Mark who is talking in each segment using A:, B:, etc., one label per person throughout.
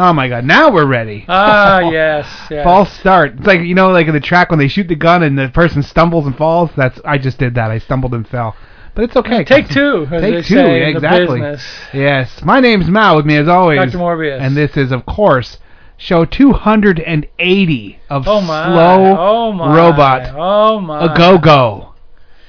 A: Oh my god, now we're ready.
B: Ah, yes. yes.
A: False start. It's like you know, like in the track when they shoot the gun and the person stumbles and falls. That's I just did that. I stumbled and fell, but it's okay.
B: Take two. as
A: Take two,
B: they say
A: yeah,
B: in the
A: exactly.
B: business.
A: Yes, my name's Mal. With me as always,
B: Dr. Morbius.
A: and this is of course show 280 of
B: Oh my.
A: slow
B: oh my.
A: robot
B: Oh my.
A: a go go.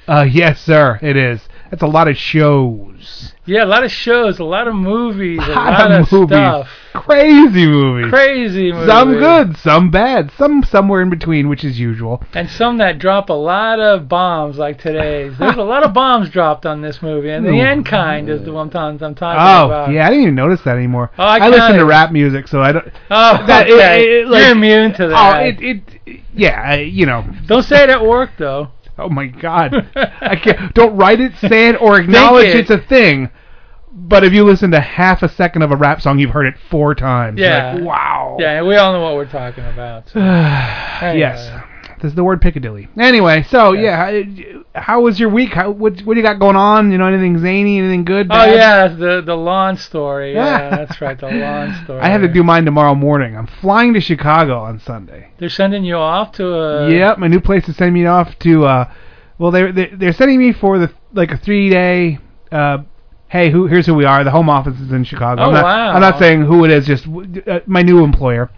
A: Uh, yes, sir, it is. That's a lot of shows.
B: Yeah, a lot of shows, a lot of movies, a
A: Lot
B: lot
A: of
B: of,
A: movies.
B: stuff.
A: Crazy movies.
B: Crazy movies.
A: Some good, some bad, some somewhere in between, which is usual.
B: And some that drop a lot of bombs like today's. There's a lot of bombs dropped on this movie, and the end kind is the one I'm, I'm talking about.
A: Oh, yeah, I didn't even notice that anymore.
B: Oh, I
A: I listen
B: kinda-
A: to rap music, so I don't.
B: Oh,
A: That- it-
B: okay.
A: it- it, like-
B: You're immune to
A: Oh,
B: that.
A: it, it, yeah, I, you know.
B: Don't say it at work, though.
A: Oh my God, I can't. Don't write it, say it, or acknowledge
B: it.
A: it's a thing. But if you listen to half a second of a rap song, you've heard it four times. You're
B: Yeah.
A: like, wow.
B: Yeah, we all know what we're talking about. so. Anyway.
A: Yes. This is the word Piccadilly. Anyway, so yeah, how, how was your week? How, what what do you got going on? You know anything zany? Anything good?
B: Oh
A: bad?
B: yeah, that's the the lawn story.
A: Yeah.
B: Yeah, that's right, the lawn story.
A: I have to do mine tomorrow morning. I'm flying to Chicago on Sunday.
B: They're sending you off to a.
A: yep, my new place is sending me off to. Uh, well, they're they're they're sending me for the like a three day. Uh, hey, who here's who we are. The home office is in Chicago.
B: Oh,
A: I'm not,
B: wow.
A: I'm not saying who it is. Just w- uh, my new employer.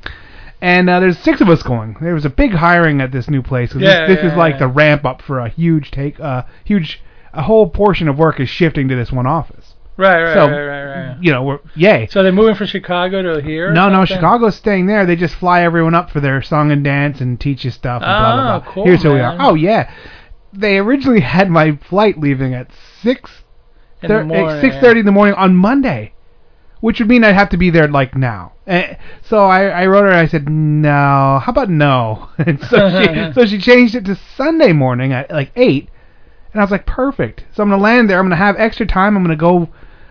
A: And uh, there's six of us going. There was a big hiring at this new place. 'cause
B: Yeah,
A: this, this
B: yeah,
A: is like
B: yeah.
A: the ramp up for a huge take. Uh, huge. A whole portion of work is shifting to this one office.
B: Right, right,
A: So-
B: right, right, right.
A: You know, we're yay.
B: So they're moving from Chicago to here. or
A: No, no,
B: something?
A: Chicago's staying there. They just fly everyone up for their song and dance and teach you stuff. And blah, blah,
B: Oh,
A: blah.
B: cool,
A: Here's who we are.
B: man.
A: Oh yeah, they originally had my flight leaving at six eh,
B: In the morning.
A: six thirty in the morning on Monday, which would mean I'd have to be there like now. Eh, So I, I wrote her and I said no. How about no? And so she so she changed it to Sunday morning at like eight, and I was like perfect. So I'm gonna land there. I'm gonna have extra time. I'm gonna go.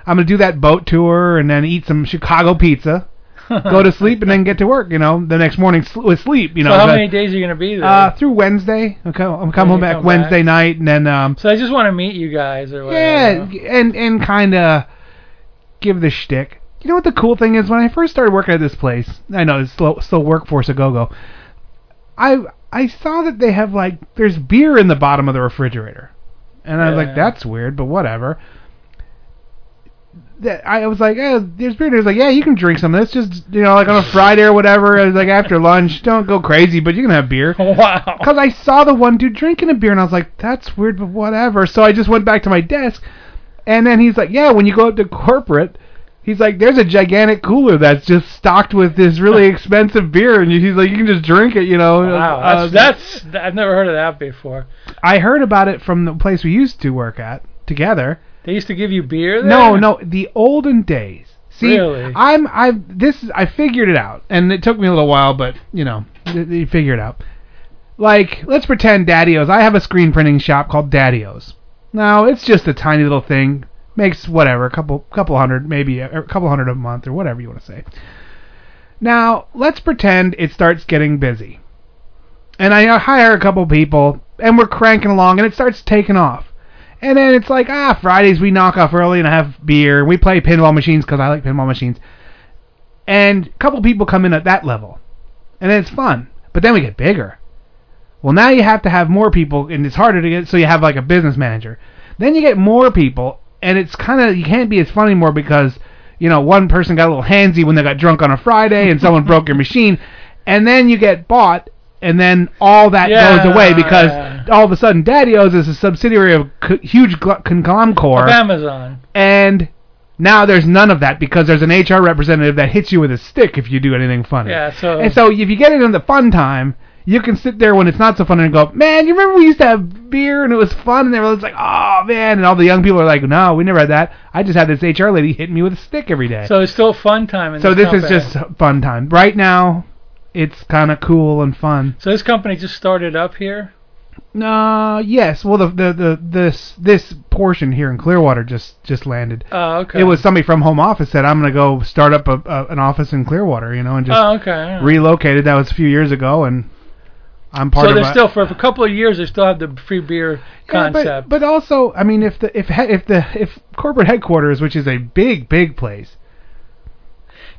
A: I'm gonna do that boat tour and then eat some Chicago pizza, go to sleep, and then get to work. You know, the next morning sl- with sleep. You know,
B: So how
A: but-
B: many days are you gonna be there?
A: uh, through Wednesday. Okay, I'm come
B: you
A: home back
B: come back.
A: Wednesday night, and then um,
B: so I just want to meet you guys or
A: yeah,
B: whatever.
A: g- and and kind of give the shtick. You know what the cool thing is? When I first started working at this place, I know it's slow, still workforce a go go. I I saw that they have like there's beer in the bottom of the refrigerator, and I was
B: Yeah.
A: like, that's weird, but whatever. That I was like, eh, there's beer. And he was like, yeah, you can drink some of this. Just you know, like on a Friday or whatever. It was like after lunch. Don't go crazy, but you can have beer.
B: Wow.
A: Because I saw the one dude drinking a beer, and I was like, that's weird, but whatever. So I just went back to my desk, and then he's like, yeah, when you go up to corporate, he's like, there's a gigantic cooler that's just stocked with this really expensive beer, and he's like, you can just drink it, you know.
B: Wow,
A: Uh,
B: that's, that's I've never heard of that before.
A: I heard about it from the place we used to work at together.
B: They used to give you beer there.
A: No, no, the olden days. See,
B: Really?
A: I'm, I, this, is- I figured it out, and it took me a little while, but you know, y- you figure it out. Like, let's pretend Daddy-O's. I have a screen printing shop called Daddy-O's. Now, it's just a tiny little thing. Makes whatever, a couple, couple hundred, maybe a, a couple hundred a month or whatever you want to say. Now, let's pretend it starts getting busy, and I hire a couple people, and we're cranking along, and it starts taking off. And then it's like, ah, Fridays we knock off early and have beer. We play pinball machines because I like pinball machines. And a couple people come in at that level. And then it's fun. But then we get bigger. Well, now you have to have more people, and it's harder to get, so you have like a business manager. Then you get more people, and it's kind of, you can't be as fun anymore because, you know, one person got a little handsy when they got drunk on a Friday and someone broke your machine. And then you get bought, and then all that goes away because
B: Yeah.
A: all of a sudden Daddy O's is a subsidiary of co- huge gl-
B: Of
A: conglomerate,
B: Amazon.
A: and now there's none of that because there's an HR representative that hits you with a stick if you do anything funny.
B: Yeah, so
A: And so if you get it in the fun time, you can sit there when it's not so fun and go, man, you remember we used to have beer and it was fun, and everyone's like, oh man, and all the young people are like, no, we never had that. I just had this HR lady hitting me with a stick every day.
B: so it's still fun time. In
A: So
B: the
A: this is
B: company.
A: just fun time. Right now, it's kind of cool and fun.
B: So this company just started up here.
A: Uh, yes. Well, the, the the this this portion here in Clearwater just just landed.
B: Oh, okay.
A: It was somebody from home office said, "I'm gonna go start up a, a, an office in Clearwater," you know, and just
B: Oh, okay. all right.
A: relocated. That was a few years ago, and I'm part
B: so
A: of.
B: they're
A: a-
B: still for, for a couple of years. They still have the free beer
A: Yeah,
B: concept.
A: But, but also, I mean, if the if he, if the if corporate headquarters, which is a big big place,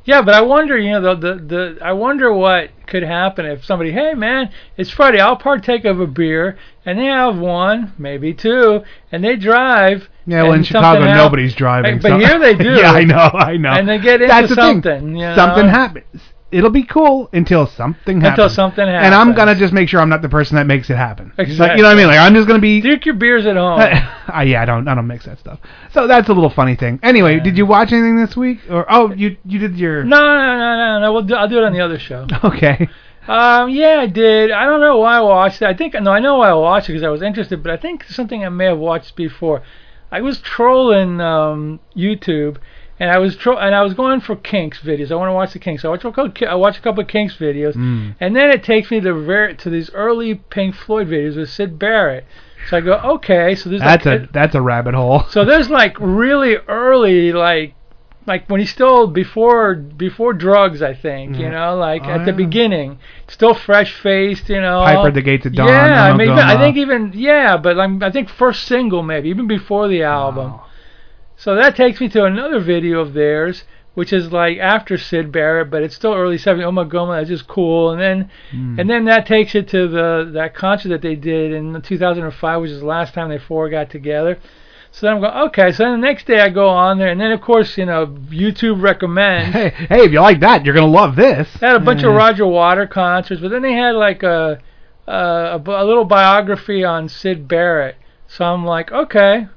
B: Yeah, but I wonder, you know, the, the the I wonder what could happen if somebody, hey man, it's Friday, I'll partake of a beer, and they have one, maybe two, and they drive.
A: yeah, well,
B: and
A: in
B: something
A: Chicago,
B: hap-
A: nobody's driving.
B: But
A: so-
B: here they do.
A: yeah, I know, I know.
B: And they get into
A: That's the thing.
B: something, you know?
A: Something happens. It'll be cool until something happens.
B: Until something happens.
A: And I'm gonna just make sure I'm not the person that makes it happen. It's Like,
B: Exactly.
A: you know what I mean? Like I'm just gonna be.
B: drink your beers at home.
A: I, yeah, I don't, I don't mix that stuff. So that's a little funny thing. Anyway, did you watch anything this week? Or oh, you, you did your.
B: no, no, no, no, no. We'll do, I'll do it on the other show.
A: Okay.
B: Um, yeah, I did. I don't know why I watched it. I think no, I know why I watched it because I was interested, but I think something I may have watched before. I was trolling um, YouTube, and I was tro- and I was going for Kinks videos. I want to watch the Kinks. So I watched a couple, I watched a couple of Kinks videos,
A: Hmm.
B: and then it takes me to ver- to these early Pink Floyd videos with Sid Barrett. So I go, okay, so there's
A: That's
B: like,
A: a that's a rabbit hole.
B: so there's like really early like like when he's still before before drugs I think, you know, like
A: Oh,
B: at the
A: yeah.
B: beginning. Still fresh faced, you know.
A: Piper at the Gates of Dawn,
B: Yeah, I
A: Emma
B: mean even- I
A: Goma.
B: think even yeah, but like I think first single maybe, even before the album. So that takes me to another video of theirs, which is like after Sid Barrett, but it's still early 70s. Oh my god, that's just cool. And then, and then that takes it to the that concert that they did in 2005, which is the last time they four got together. So then I'm going, okay. So then the next day I go on there, and then of course you know YouTube recommends.
A: Hey, hey, if you like that, you're gonna love this.
B: They had a bunch
A: Mm-hmm.
B: of Roger Water concerts, but then they had like a, a a bu- a little biography on Sid Barrett. So I'm like, okay.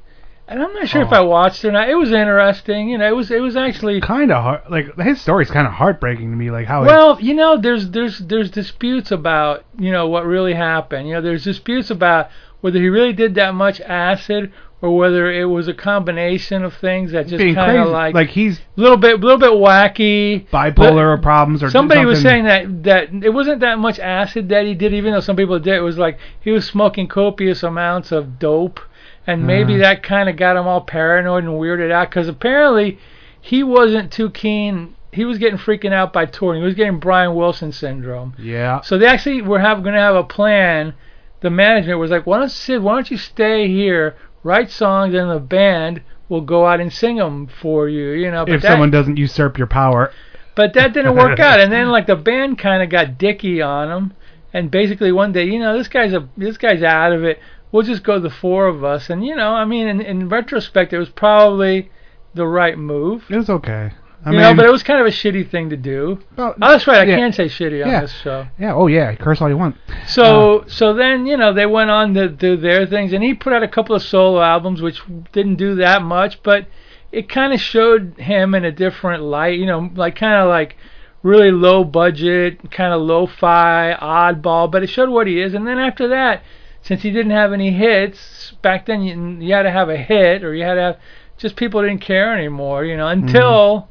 B: And I'm not sure if
A: Oh.
B: I watched it or not. It was interesting, you know. It was it was actually
A: Kind of hard. Like his story's kind of heartbreaking to me. Like how.
B: well, you know, there's there's there's disputes about you know what really happened. You know, there's disputes about whether he really did that much acid or whether it was a combination of things that
A: it's
B: just
A: being
B: kind
A: crazy.
B: of like
A: like he's
B: little bit little bit wacky
A: bipolar problems or
B: Somebody was
A: something.
B: saying that that it wasn't that much acid that he did, even though some people did. It was like he was smoking copious amounts of dope, and
A: Mm.
B: maybe that kind of got him all paranoid and weirded out. Because apparently, he wasn't too keen. He was getting freaking out by touring. He was getting Brian Wilson syndrome.
A: Yeah.
B: So they actually were have going to have a plan. The management was like, "Why don't Sid? Why don't you stay here, write songs, and the band will go out and sing them for you." You know, but
A: If
B: that-
A: someone doesn't usurp your power,
B: but that didn't work out. And then like the band kind of got dicky on him, and basically one day, you know, this guy's a this guy's out of it. We'll just go the four of us. And you know, I mean, in, in retrospect, it was probably the right move.
A: it was okay. I
B: You
A: mean,
B: know, but it was kind of a shitty thing to do.
A: well,
B: Oh, that's right. I
A: yeah,
B: can say shitty on
A: Yeah.
B: this show.
A: Yeah. Oh yeah. Curse all you want.
B: So, so then you know they went on to do their things, and he put out a couple of solo albums, which didn't do that much, but it kind of showed him in a different light. You know, like kind of like really low budget, kind of lo-fi, oddball, but it showed what he is. And then after that, since he didn't have any hits back then, you, you had to have a hit, or you had to have just people didn't care anymore. You know, until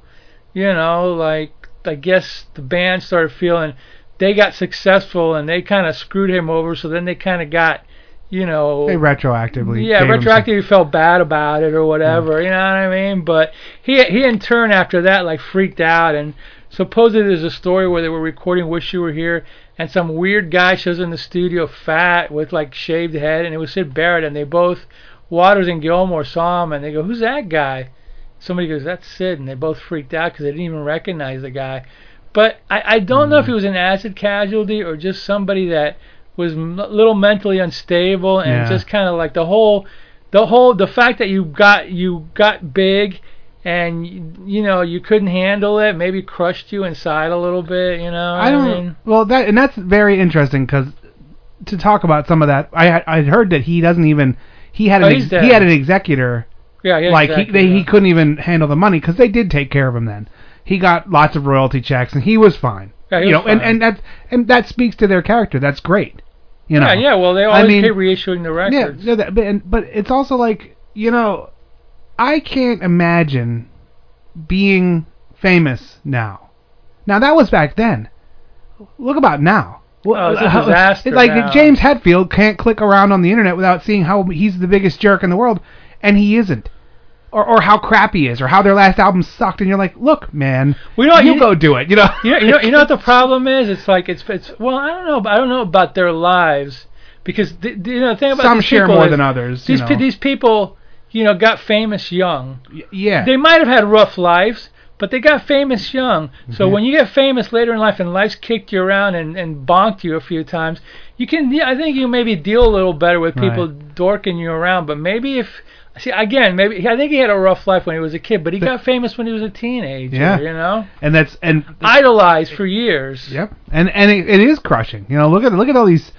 B: you know, like I guess the band started feeling they got successful and they kind of screwed him over. So then they kind of got, you know,
A: They retroactively.
B: yeah,
A: gave him some- Mm.
B: retroactively felt bad about it or whatever. You know what I mean? But he he in turn after that like freaked out and supposedly there's a story where they were recording "Wish You Were Here" and some weird guy shows in the studio fat with like shaved head and it was Sid Barrett and they both Waters and Gilmore saw him and they go, "Who's that guy?" Somebody goes, "That's Sid," and they both freaked out because they didn't even recognize the guy. But I, I don't
A: Mm.
B: know if he was an acid casualty or just somebody that was a little mentally unstable and
A: Yeah.
B: just kind of like the whole, the whole, the fact that you got you got big, and you, you know you couldn't handle it, maybe crushed you inside a little bit, you know.
A: I don't.
B: mean,
A: well, that and that's very interesting because to talk about some of that, I had- I heard that he doesn't even he had
B: Oh,
A: an
B: he's
A: ex-
B: dead.
A: he had an executor
B: yeah, yeah,
A: like
B: exactly,
A: he they,
B: yeah.
A: he couldn't even handle the money because they did take care of him then. He got lots of royalty checks and he was fine.
B: Yeah, he
A: you know,
B: was
A: and
B: fine.
A: and that and that speaks to their character. That's great. You know.
B: yeah, yeah. Well, they
A: I
B: always
A: mean-
B: keep reissuing the
A: Yeah,
B: records.
A: no, that, but and, but it's also like you know, I can't imagine being famous now. Now that was back then. look about now.
B: Oh, it's a
A: How-
B: disaster
A: it's like
B: now.
A: James Hetfield can't click around on the internet without seeing how he's the biggest jerk in the world, and he isn't. Or, or how crap he is, or how their last album sucked, and you're like, look, man,
B: We don't-
A: you,
B: you-
A: go do it, you know.
B: You know, you know, you know what the problem is? It's like it's it's well, I don't know, I don't know about their lives because the, the- you know the thing about
A: Some
B: these
A: share
B: people
A: more
B: is
A: than others.
B: These
A: you know.
B: pe- these people, you know, got famous young.
A: Y- yeah,
B: They might have had rough lives, but they got famous young. So
A: Mm-hmm.
B: when you get famous later in life and life's kicked you around and, and bonked you a few times, you can. Yeah, I think you maybe deal a little better with people dorking you around. But maybe if see again, maybe I think he had a rough life when he was a kid, but he got famous when he was a teenager.
A: Yeah.
B: You know,
A: and that's and
B: idolized for years.
A: yep, and and it, it is crushing. You know, look at look at all these,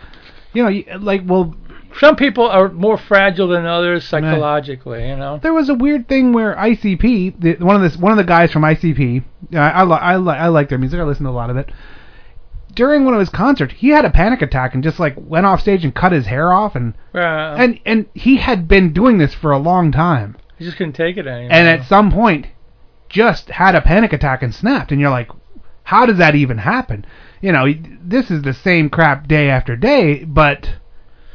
A: you know, you- like well,
B: Some people are more fragile than others psychologically. You know.
A: there was a weird thing where ICP, the, one of the one of the guys from ICP, I I, li- I, li- I like their music. I listen to a lot of it. During one of his concerts, he had a panic attack and just like went off stage and cut his hair off, and
B: Uh,
A: and and he had been doing this for a long time,
B: I just couldn't take it anymore.
A: and at some point, just had a panic attack and snapped, and you're like, how does that even happen? You know, this is the same crap day after day, but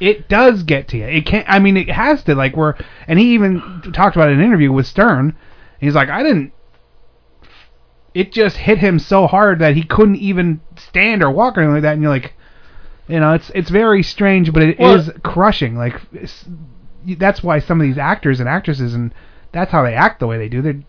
A: it does get to you. It can't. I mean, it has to. Like we're, and he even talked about it in an interview with Stern. He's like, I didn't. It just hit him so hard that he couldn't even stand or walk or anything like that. And you're like, you know, it's it's very strange, but it is
B: Well-
A: crushing. Like it's- that's why some of these actors and actresses and that's how they act the way they do. They're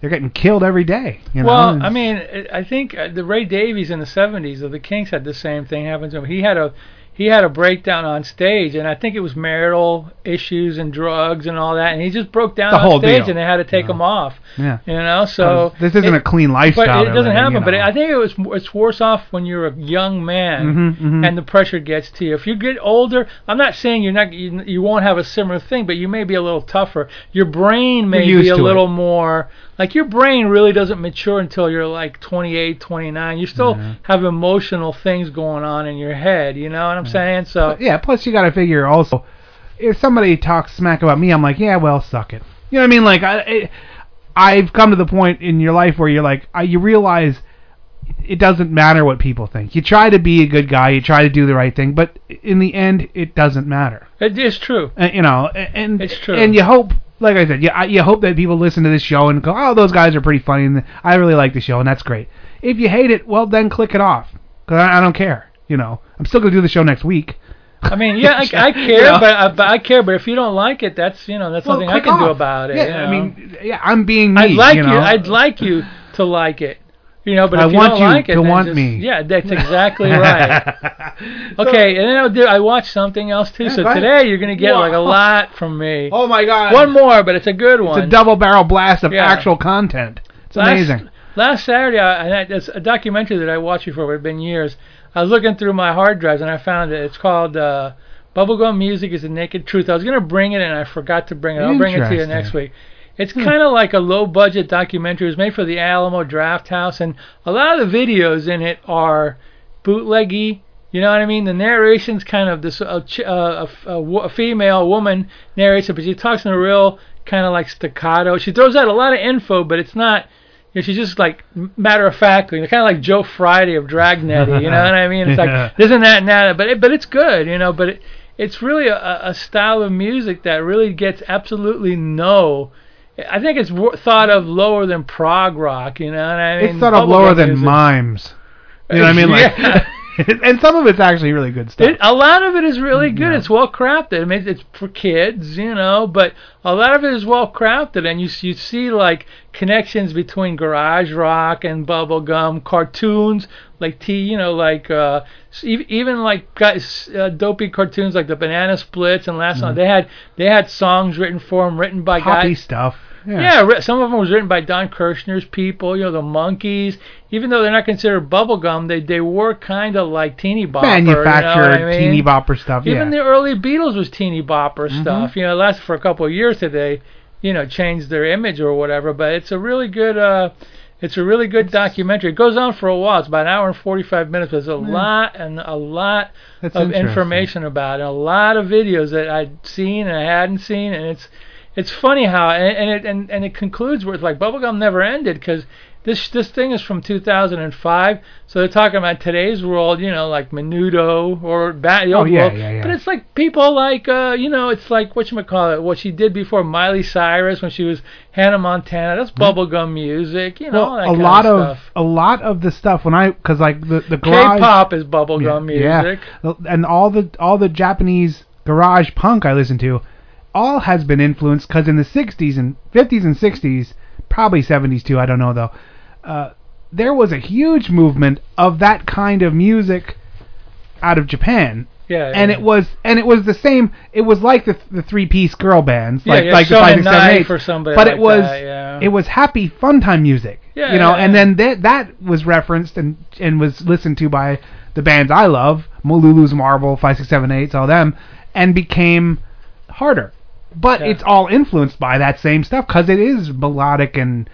A: they're getting killed every day. You know?
B: Well,
A: And-
B: I mean, I- I think uh, the Ray Davies in the '70s of the Kinks had the same thing happen to him. He had a he had a breakdown on stage, and I think it was marital issues and drugs and all that, and he just broke down
A: The
B: on
A: whole
B: stage,
A: deal.
B: and they had to take him off.
A: yeah. Oh,
B: You know, so
A: this isn't a
B: it,
A: clean lifestyle.
B: but it
A: they're
B: doesn't
A: living,
B: happen.
A: you
B: But
A: know.
B: I think it was more- it's worse off when you're a young man
A: Mhm, mhm.
B: and the pressure gets to you. If you get older, I'm not saying you're not you, you won't have a similar thing, but you may be a little tougher. Your brain may
A: You're used
B: be a
A: to it.
B: little more like your brain really doesn't mature until you're like 28, 29. You still have emotional things going on in your head. You know what I'm saying? So
A: yeah, plus you got to figure also if somebody talks smack about me, I'm like, yeah, well, suck it. You know what I mean? Like I, I I've come to the point in your life where you're like, I, you realize it doesn't matter what people think. You try to be a good guy, you try to do the right thing, but in the end, it doesn't matter.
B: it is true.
A: Uh, you know, and
B: It's true.
A: And you hope, like I said, you I- you hope that people listen to this show and go, "Oh, those guys are pretty funny, and I really like the show, and that's great." If you hate it, well, then click it off because I, I don't care. You know, I'm still gonna do the show next week.
B: I mean, yeah, I, I care,
A: Yeah.
B: but, I, but I care. But if you don't like it, that's you know that's something I
A: click
B: can do
A: off.
B: about it.
A: Yeah,
B: you
A: I
B: know?
A: mean, yeah, I'm being me.
B: I'd like
A: you.
B: you,
A: Know?
B: I'd like you to like it. You know, but
A: I
B: if you
A: want
B: don't
A: you
B: like it,
A: to
B: then
A: want
B: just-
A: me.
B: Yeah, that's exactly right. Okay, and then I, did, I watched something else too. so
A: go ahead.
B: today you're gonna get like a
A: Wow.
B: lot from me.
A: oh my God!
B: One more, but it's a good one.
A: It's a double barrel blast of
B: Yeah.
A: actual content. It's amazing.
B: Last Saturday, I, and I, it's a documentary that I watched before, but it's been years. I was looking through my hard drives and I found it. It's called uh, Bubblegum Music is the Naked Truth. I was going to bring it and I forgot to bring it. I'll bring it to you
A: Interesting. Hmm.
B: next week. It's kind of like a low budget documentary. It was made for the Alamo Draft House, and a lot of the videos in it are bootleggy. You know what I mean? The narration's kind of this a, ch- uh, a, a, wo- a female a woman narrates it, but she talks in a real kind of like staccato. She throws out a lot of info, but it's not. You know, she's just like matter of factly, kind of like Joe Friday of Dragnet. You know what I mean? It's
A: Yeah.
B: like this and that and that, but it, but it's good, you know. But it, it's really a, a style of music that really gets absolutely no. I think it's wor- thought of lower than prog rock, you know what I mean?
A: it's sort of
B: Bubblegum
A: lower than
B: music.
A: mimes. You know what I mean? Like,
B: Yeah.
A: and some of it's actually really good stuff.
B: It, a lot of it is really
A: Mm-hmm.
B: good. It's well crafted. I mean, it's for kids, you know, but a lot of it is well crafted, and you s- you see like connections between garage rock and bubblegum cartoons, like T, you know, like uh, s- e- even like guys uh, dopey cartoons like the Banana Splits and last one. They had they had songs written for them, written by
A: Mm-hmm. Poppy
B: guys.
A: stuff.
B: Yeah, ri- some of them was written by Don Kirshner's people, you know, the Monkeys. Even though they're not considered bubblegum, they they were kind of like teeny bopper.
A: manufactured
B: you know what I mean?
A: teeny bopper stuff.
B: Even
A: yeah. Mm-hmm.
B: the early Beatles was teeny bopper stuff. You know, it lasted for a couple of years today, you know, changed their image or whatever, but it's a really good uh it's a really good documentary. It goes on for a while. It's about an hour and 45 minutes. There's a lot and a lot
A: That's
B: of
A: interesting.
B: information about it, and a lot of videos that I'd seen and I hadn't seen, and it's it's funny how and, and it and, and it concludes with like bubblegum never ended because This this thing is from 2005, so they're talking about today's world, you know, like Menudo or ba- the
A: Oh,
B: old
A: yeah,
B: world.
A: yeah, yeah.
B: But it's like people like, uh, you know, it's like what you call it, what she did before Miley Cyrus when she was Hannah Montana. That's bubblegum music, you know,
A: Hmm? Well,
B: that
A: a
B: kind
A: lot
B: of,
A: of,
B: stuff.
A: a lot of the stuff when I because like the the garage
B: K-pop is bubblegum
A: yeah,
B: music.
A: Yeah. And all the all the Japanese garage punk I listen to all has been influenced cuz in the 60s and 50s and 60s, probably 70s too, I don't know though. Uh, there was a huge movement of that kind of music out of Japan.
B: Yeah,
A: And it was and it was the same it was like the the three-piece girl bands
B: Yeah,
A: like
B: yeah,
A: like the
B: Shonen
A: 5 6 7
B: Knife
A: 8
B: or somebody
A: but
B: like
A: it was
B: that, yeah.
A: it was happy fun time music.
B: Yeah,
A: you know,
B: yeah,
A: and
B: yeah.
A: then that that was referenced and and was listened to by the bands I love, Malulu's Marvel, Five Six Seven Eight, all them, and became harder. But
B: Yeah.
A: it's all influenced by that same stuff because it is melodic and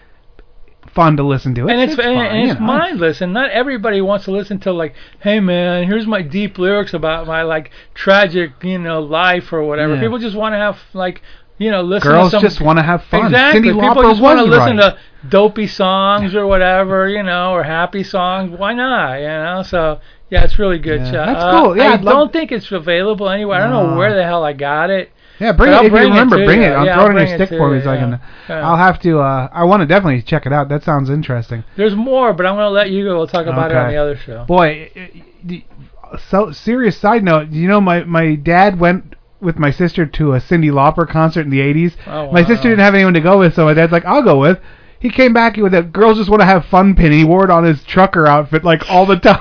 A: fun to listen to.
B: and it's, and,
A: fun,
B: and
A: you
B: it's
A: know.
B: mindless, and not everybody wants to listen to like, hey man, here's my deep lyrics about my like tragic, you know, life or whatever.
A: Yeah.
B: People just want to have like, you know, listen.
A: Girls
B: to some,
A: just want to have fun.
B: Exactly.
A: Cyndi
B: People
A: Lauper
B: just want to
A: was
B: listen
A: right.
B: to dopey songs or whatever, you know, or happy songs. Why not? You know. So yeah, it's really good.
A: Yeah,
B: Chuck.
A: that's
B: Uh,
A: cool. Yeah,
B: I
A: I'd love-
B: don't think it's available anywhere. I don't know
A: No.
B: where the hell I got it.
A: Yeah, bring
B: But
A: it
B: I'll
A: if
B: bring it
A: you remember.
B: to
A: bring
B: you.
A: it. I'll
B: Yeah,
A: throw
B: I'll
A: it in
B: bring
A: your
B: it
A: stick
B: to
A: for
B: you,
A: me so I can.
B: yeah. Yeah.
A: I'll have to. Uh, I want to definitely check it out. That sounds interesting.
B: There's more, but I'm gonna let you go. We'll talk about it on
A: Okay.
B: the other show.
A: Boy, i- i- so serious side note. You know, my my dad went with my sister to a Cindy Lauper concert in the '80s.
B: Oh,
A: My
B: wow.
A: sister didn't have anyone to go with, so my dad's like, "I'll go with." He came back with that girls just want to have fun pin, and he wore it on his trucker outfit like all the time.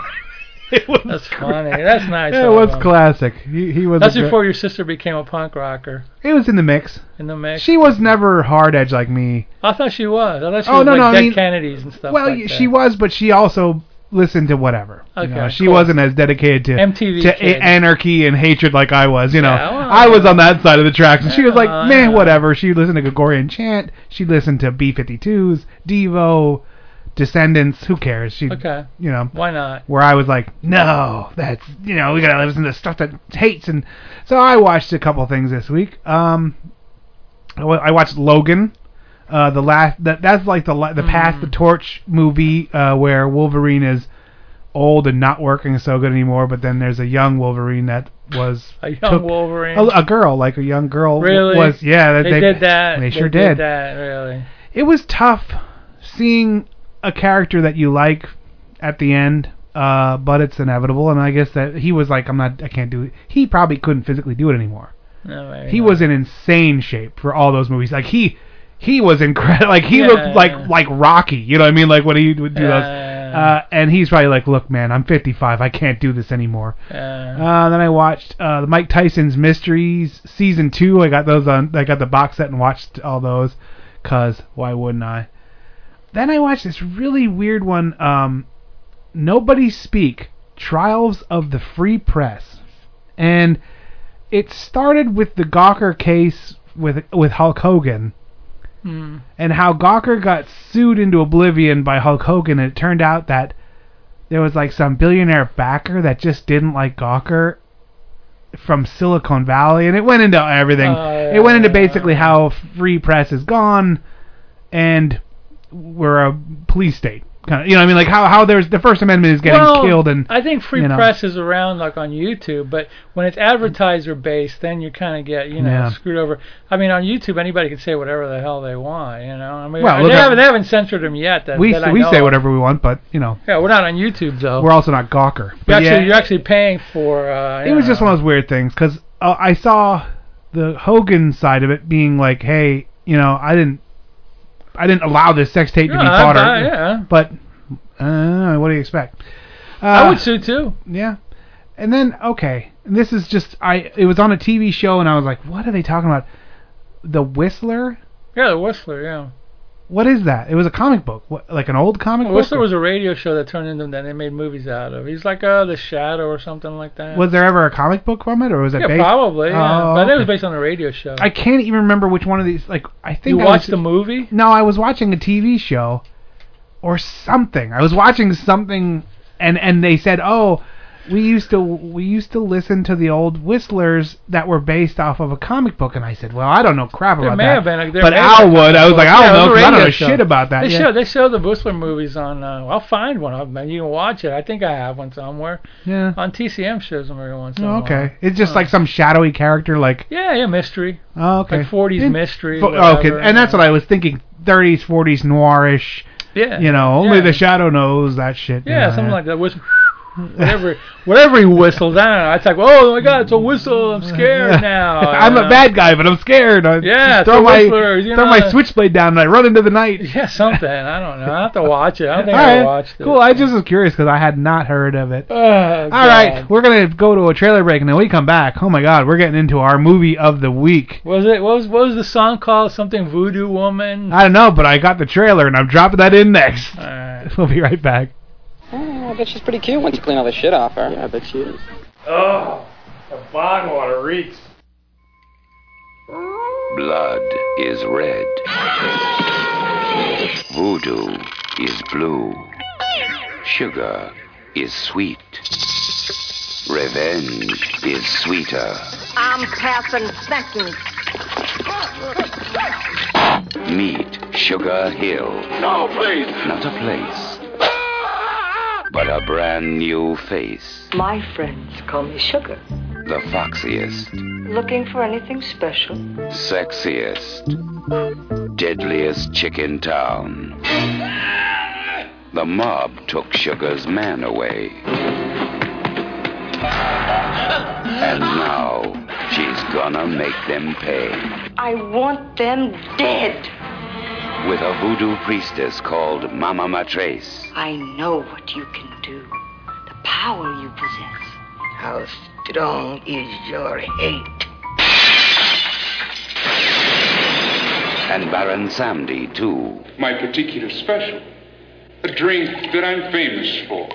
A: it was
B: That's funny. That's nice.
A: Yeah, it
B: of
A: was
B: him.
A: classic. He he was.
B: That's
A: a gr-
B: before your sister became a punk rocker
A: It was in the mix.
B: in the mix.
A: She was never hard edge like me.
B: I thought she was. I thought she
A: Oh,
B: was
A: no,
B: like
A: no, I
B: Dead
A: mean-
B: Kennedys and stuff.
A: Well,
B: like
A: y-
B: that.
A: she was, but she also listened to whatever. you
B: Okay,
A: know. she
B: cool.
A: wasn't as dedicated to
B: MTV
A: to
B: kid.
A: a- anarchy and hatred like I was. You know,
B: Yeah, well,
A: I was on that side of the tracks, and she was like,
B: Yeah,
A: man,
B: yeah.
A: whatever. She listened to Gregorian chant. She listened to B52s, Devo, Descendants. Who cares? She,
B: Okay.
A: you know,
B: Why not?
A: where I was like, no, that's you know, we gotta listen to stuff that hates. And so I watched a couple things this week. Um, I wa- I watched Logan. Uh, the last that that's like the la-
B: Mm.
A: the past the torch movie uh, where Wolverine is old and not working so good anymore. But then there's a young Wolverine that was
B: A young
A: took-
B: Wolverine.
A: a, a girl like a young girl w-
B: Really?
A: was yeah that
B: they, did that.
A: they sure
B: did.
A: did
B: that. Really.
A: it was tough seeing a character that you like at the end uh but it's inevitable and i guess that he was like i'm not i can't do it he probably couldn't physically do it anymore
B: No, maybe
A: he
B: not.
A: was in insane shape for all those movies like he he was incredible like he
B: Yeah.
A: looked like like rocky you know what i mean like when he would do those
B: Yeah.
A: uh and he's probably like look man i'm 55 i can't do this anymore
B: Uh,
A: uh, then I watched uh, the Mike Tyson's Mysteries season two. I got those on. I got the box set and watched all those. Cause why wouldn't I? Then I watched this really weird one. Um, Nobody Speak: Trials of the Free Press, and it started with the Gawker case with with Hulk Hogan
B: mm,
A: and how Gawker got sued into oblivion by Hulk Hogan. And it turned out that there was like some billionaire backer that just didn't like Gawker from Silicon Valley, and it went into everything.
B: Oh,
A: it went into
B: yeah.
A: basically how free press is gone, and we're a police state. Kind of, you know, what I mean, like how how there's the First Amendment is getting
B: well,
A: killed, and
B: I think free
A: you know.
B: press is around like on YouTube, but when it's advertiser based, then you kind of get you know
A: Yeah.
B: screwed over. I mean, on YouTube, anybody can say whatever the hell they want, you know. I mean,
A: Well,
B: they,
A: look at-
B: haven't, they haven't censored them yet. That,
A: we
B: that I
A: we
B: know
A: say
B: of.
A: whatever we want, but you know,
B: Yeah, we're not on YouTube though.
A: we're also not Gawker.
B: You're
A: But
B: actually,
A: yeah.
B: you're actually paying for. Uh,
A: it was just one of those weird things because uh, I saw the Hogan side of it being like, hey, you know, I didn't, I didn't allow this sex tape
B: yeah,
A: to be
B: I,
A: bought,
B: I,
A: or,
B: yeah.
A: but uh, what do you expect? Uh,
B: I would sue too.
A: yeah. And then okay, and this is just I. It was on a TV show, and I was like, what are they talking about? The Whistler.
B: Yeah, the Whistler. Yeah,
A: What is that? It was a comic book, what, like an old comic book.
B: Whistler
A: or-
B: was a radio show that turned into that they made movies out of. He's like uh, the Shadow or something like that.
A: Was there ever a comic book from it, or was it
B: yeah,
A: based?
B: probably. Yeah.
A: Oh,
B: but it was
A: okay.
B: based on a radio show.
A: I can't even remember which one of these. Like I think
B: you
A: I
B: watched
A: was,
B: the movie?
A: No, I was watching a TV show or something. I was watching something and and they said, "Oh, we used to we used to listen to the old whistlers that were based off of a comic book, and I said, well, I don't know crap
B: There
A: about
B: may
A: that.
B: have been a- there
A: but
B: may have
A: Al
B: been a
A: would. I was
B: comic
A: like,
B: book.
A: I
B: Yeah,
A: don't
B: it
A: know,
B: was
A: 'cause
B: a
A: I don't
B: radio
A: know
B: show.
A: shit about that.
B: They
A: yeah.
B: show they show the Whistler movies on. Uh, I'll find one of them. You can watch it. I think I have one somewhere
A: yeah.
B: on TCM shows them every once in a
A: Oh,
B: while.
A: okay. It's just
B: Huh.
A: like some shadowy character, like
B: Yeah, yeah, mystery,
A: oh, okay,
B: like 40s
A: In-
B: mystery.
A: fo- oh, okay,
B: whatever.
A: and that's what I was thinking. 30s, 40s, noirish.
B: Yeah,
A: You know, only
B: yeah.
A: the shadow knows that shit.
B: Yeah, something like that. Whistle. Whatever, whatever he whistles, I don't know. It's like, oh my god, it's a whistle. I'm scared now.
A: I'm
B: you
A: a
B: know?
A: bad guy, but I'm scared. I
B: Yeah, it's
A: throw
B: a
A: my
B: Whistler, you
A: throw
B: know.
A: my switchblade down and I run into the night.
B: Yeah, something. I don't know. I have to watch it. I don't think
A: All
B: I
A: right,
B: watched it.
A: cool. I just was curious because I had not heard of it.
B: Oh, All
A: All right, we're gonna go to a trailer break and then we come back. Oh my God, we're getting into our movie of the week.
B: Was it what was what was the song called? Something Voodoo Woman.
A: I don't know, but I got the trailer and I'm dropping that in next.
B: All right.
A: We'll be right back.
C: Oh, I bet she's pretty cute once you clean all the shit off her. Yeah, I bet she is.
D: Oh, the bog water reeks.
E: Blood is red. Voodoo is blue. Sugar is sweet. Revenge is sweeter.
F: I'm passing sentence.
E: Meet Sugar Hill. No, please. Not a place, but a brand new face.
F: My friends call me Sugar.
E: The foxiest,
F: Looking for anything special?
E: sexiest, deadliest chick in town. The mob took Sugar's man away. And now she's gonna make them pay.
F: I want them dead.
E: With a voodoo priestess called Mama Matrace.
F: I know what you can do, the power you possess. How strong is your hate?
E: And Baron Samdi, too.
G: my particular special, a drink that I'm famous for.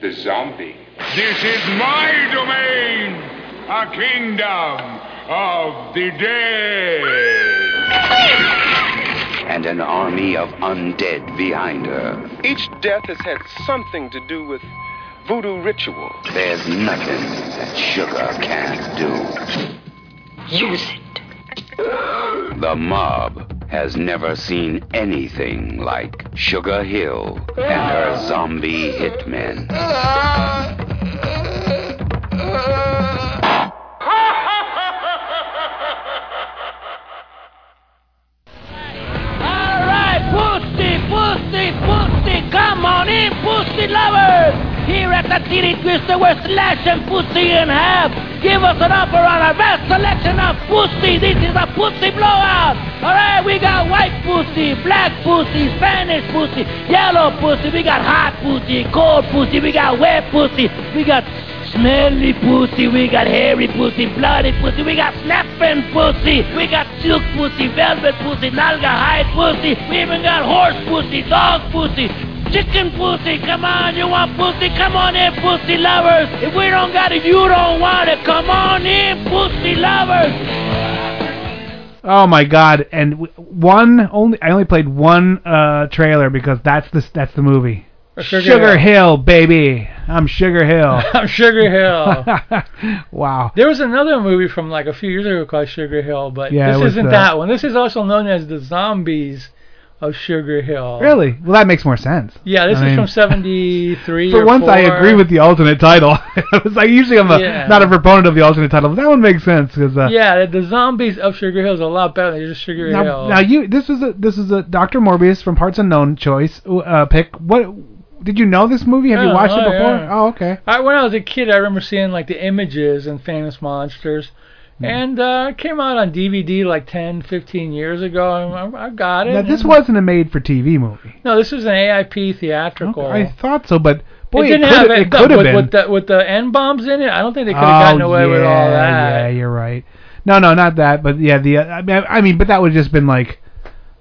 G: The zombie. This is my domain, a kingdom of the dead.
E: And an army of undead behind her.
H: Each death has had something to do with voodoo ritual.
E: There's nothing that Sugar can't do.
F: Use it.
E: The mob has never seen anything like Sugar Hill and her zombie hitmen.
I: All right, pussy, pussy, pussy, come on in, pussy lovers. Here at the Titty Twister, we're slashing pussy in half. Give us an upper on a vast selection of pussy. This is a pussy blowout. All right, we got white pussy, black pussy, Spanish pussy, yellow pussy. We got hot pussy, cold pussy. We got wet pussy. We got Smelly pussy, we got hairy pussy, bloody pussy, we got snapping pussy, we got silk pussy, velvet pussy, nalga hide pussy, we even got horse pussy, dog pussy, chicken pussy, come on, you want pussy, come on in, pussy lovers. If we don't got it, you don't want it, come on in, pussy lovers.
A: Oh my God! And w- one only I only played one uh, trailer because that's the that's the movie.
B: Sugar
A: Sugar
B: Hill.
A: Hill, baby. I'm Sugar Hill.
B: I'm Sugar Hill.
A: wow.
B: There was another movie from like a few years ago called Sugar Hill, but
A: Yeah, it
B: this
A: was,
B: isn't
A: uh,
B: that one. This is also known as the Zombies of Sugar Hill.
A: Really? Well, that makes more sense.
B: Yeah, this
A: I
B: is
A: mean-
B: from '73.
A: For
B: or
A: once, I
B: four.
A: agree with the alternate title. I was like, usually I'm a,
B: Yeah.
A: not a proponent of the alternate title, but that one makes sense because uh,
B: Yeah, the, the Zombies of Sugar Hill is a lot better than just Sugar
A: now,
B: Hill.
A: now you this is a this is a Dr. Morbius from Parts Unknown choice uh, pick. What did you know this movie? Have you
B: Yeah,
A: watched it
B: oh,
A: before?
B: yeah.
A: Oh, okay.
B: I, when I was a kid, I remember seeing like the images and famous monsters,
A: Mm.
B: and uh, it came out on DVD like 10, 15 years ago. and I, I got it.
A: Now this
B: and-
A: wasn't a made-for-TV movie.
B: no, this was an AIP theatrical.
A: I thought so, but boy,
B: it didn't
A: could
B: have
A: have,
B: it,
A: it could have
B: with,
A: been.
B: with the with the n bombs in it. I don't think they could have gotten
A: Oh,
B: away
A: yeah,
B: with all that.
A: Yeah, you're right. No, no, not that. But yeah, the uh, I mean, I- I mean, but that would have just been like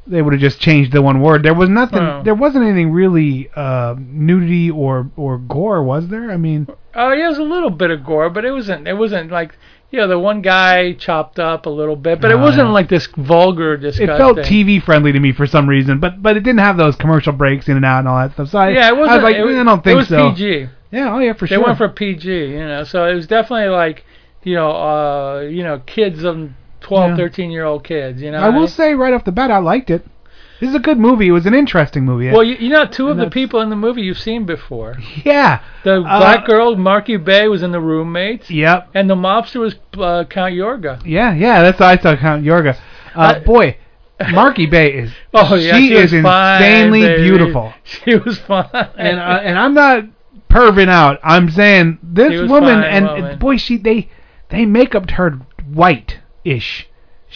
A: they would have just changed the one word. There was nothing.
B: Oh.
A: There wasn't anything really uh, nudity or or gore, was there? I mean,
B: Oh, yeah, it was a little bit of gore, but it wasn't. It wasn't like you know, the one guy chopped up a little bit, but it wasn't like this
A: Oh,
B: vulgar
A: It
B: disgusting.
A: felt TV friendly to me for some reason, but but it didn't have those commercial breaks in and out and all that stuff. So I,
B: Yeah, it wasn't.
A: I was like,
B: it was,
A: "Mm, I don't think
B: it was
A: so.
B: PG.
A: Yeah, oh yeah, for
B: they
A: sure.
B: went for PG, you know. So it was definitely like, you know, uh, you know, kids um 12,
A: Yeah.
B: 13 year old kids, you know.
A: I will say right off the bat, I liked it. This is a good movie. It was an interesting movie.
B: Well, you, you know, two of the
A: that's-
B: people in the movie you've seen before.
A: yeah,
B: The
A: Uh,
B: black girl, Marky Bay, was in The Roommates,
A: yep,
B: and the mobster was uh, Count Yorga.
A: yeah, yeah. That's how I saw Count Yorga. Uh,
B: I-
A: boy, Marky Bay is
B: Oh, yeah,
A: she, is
B: was fine,
A: insanely
B: baby.
A: beautiful,
B: She was fine.
A: and uh, and I'm not perving out. I'm saying
B: She
A: this
B: was
A: woman
B: fine
A: and
B: woman.
A: boy, she they they make up her white ish.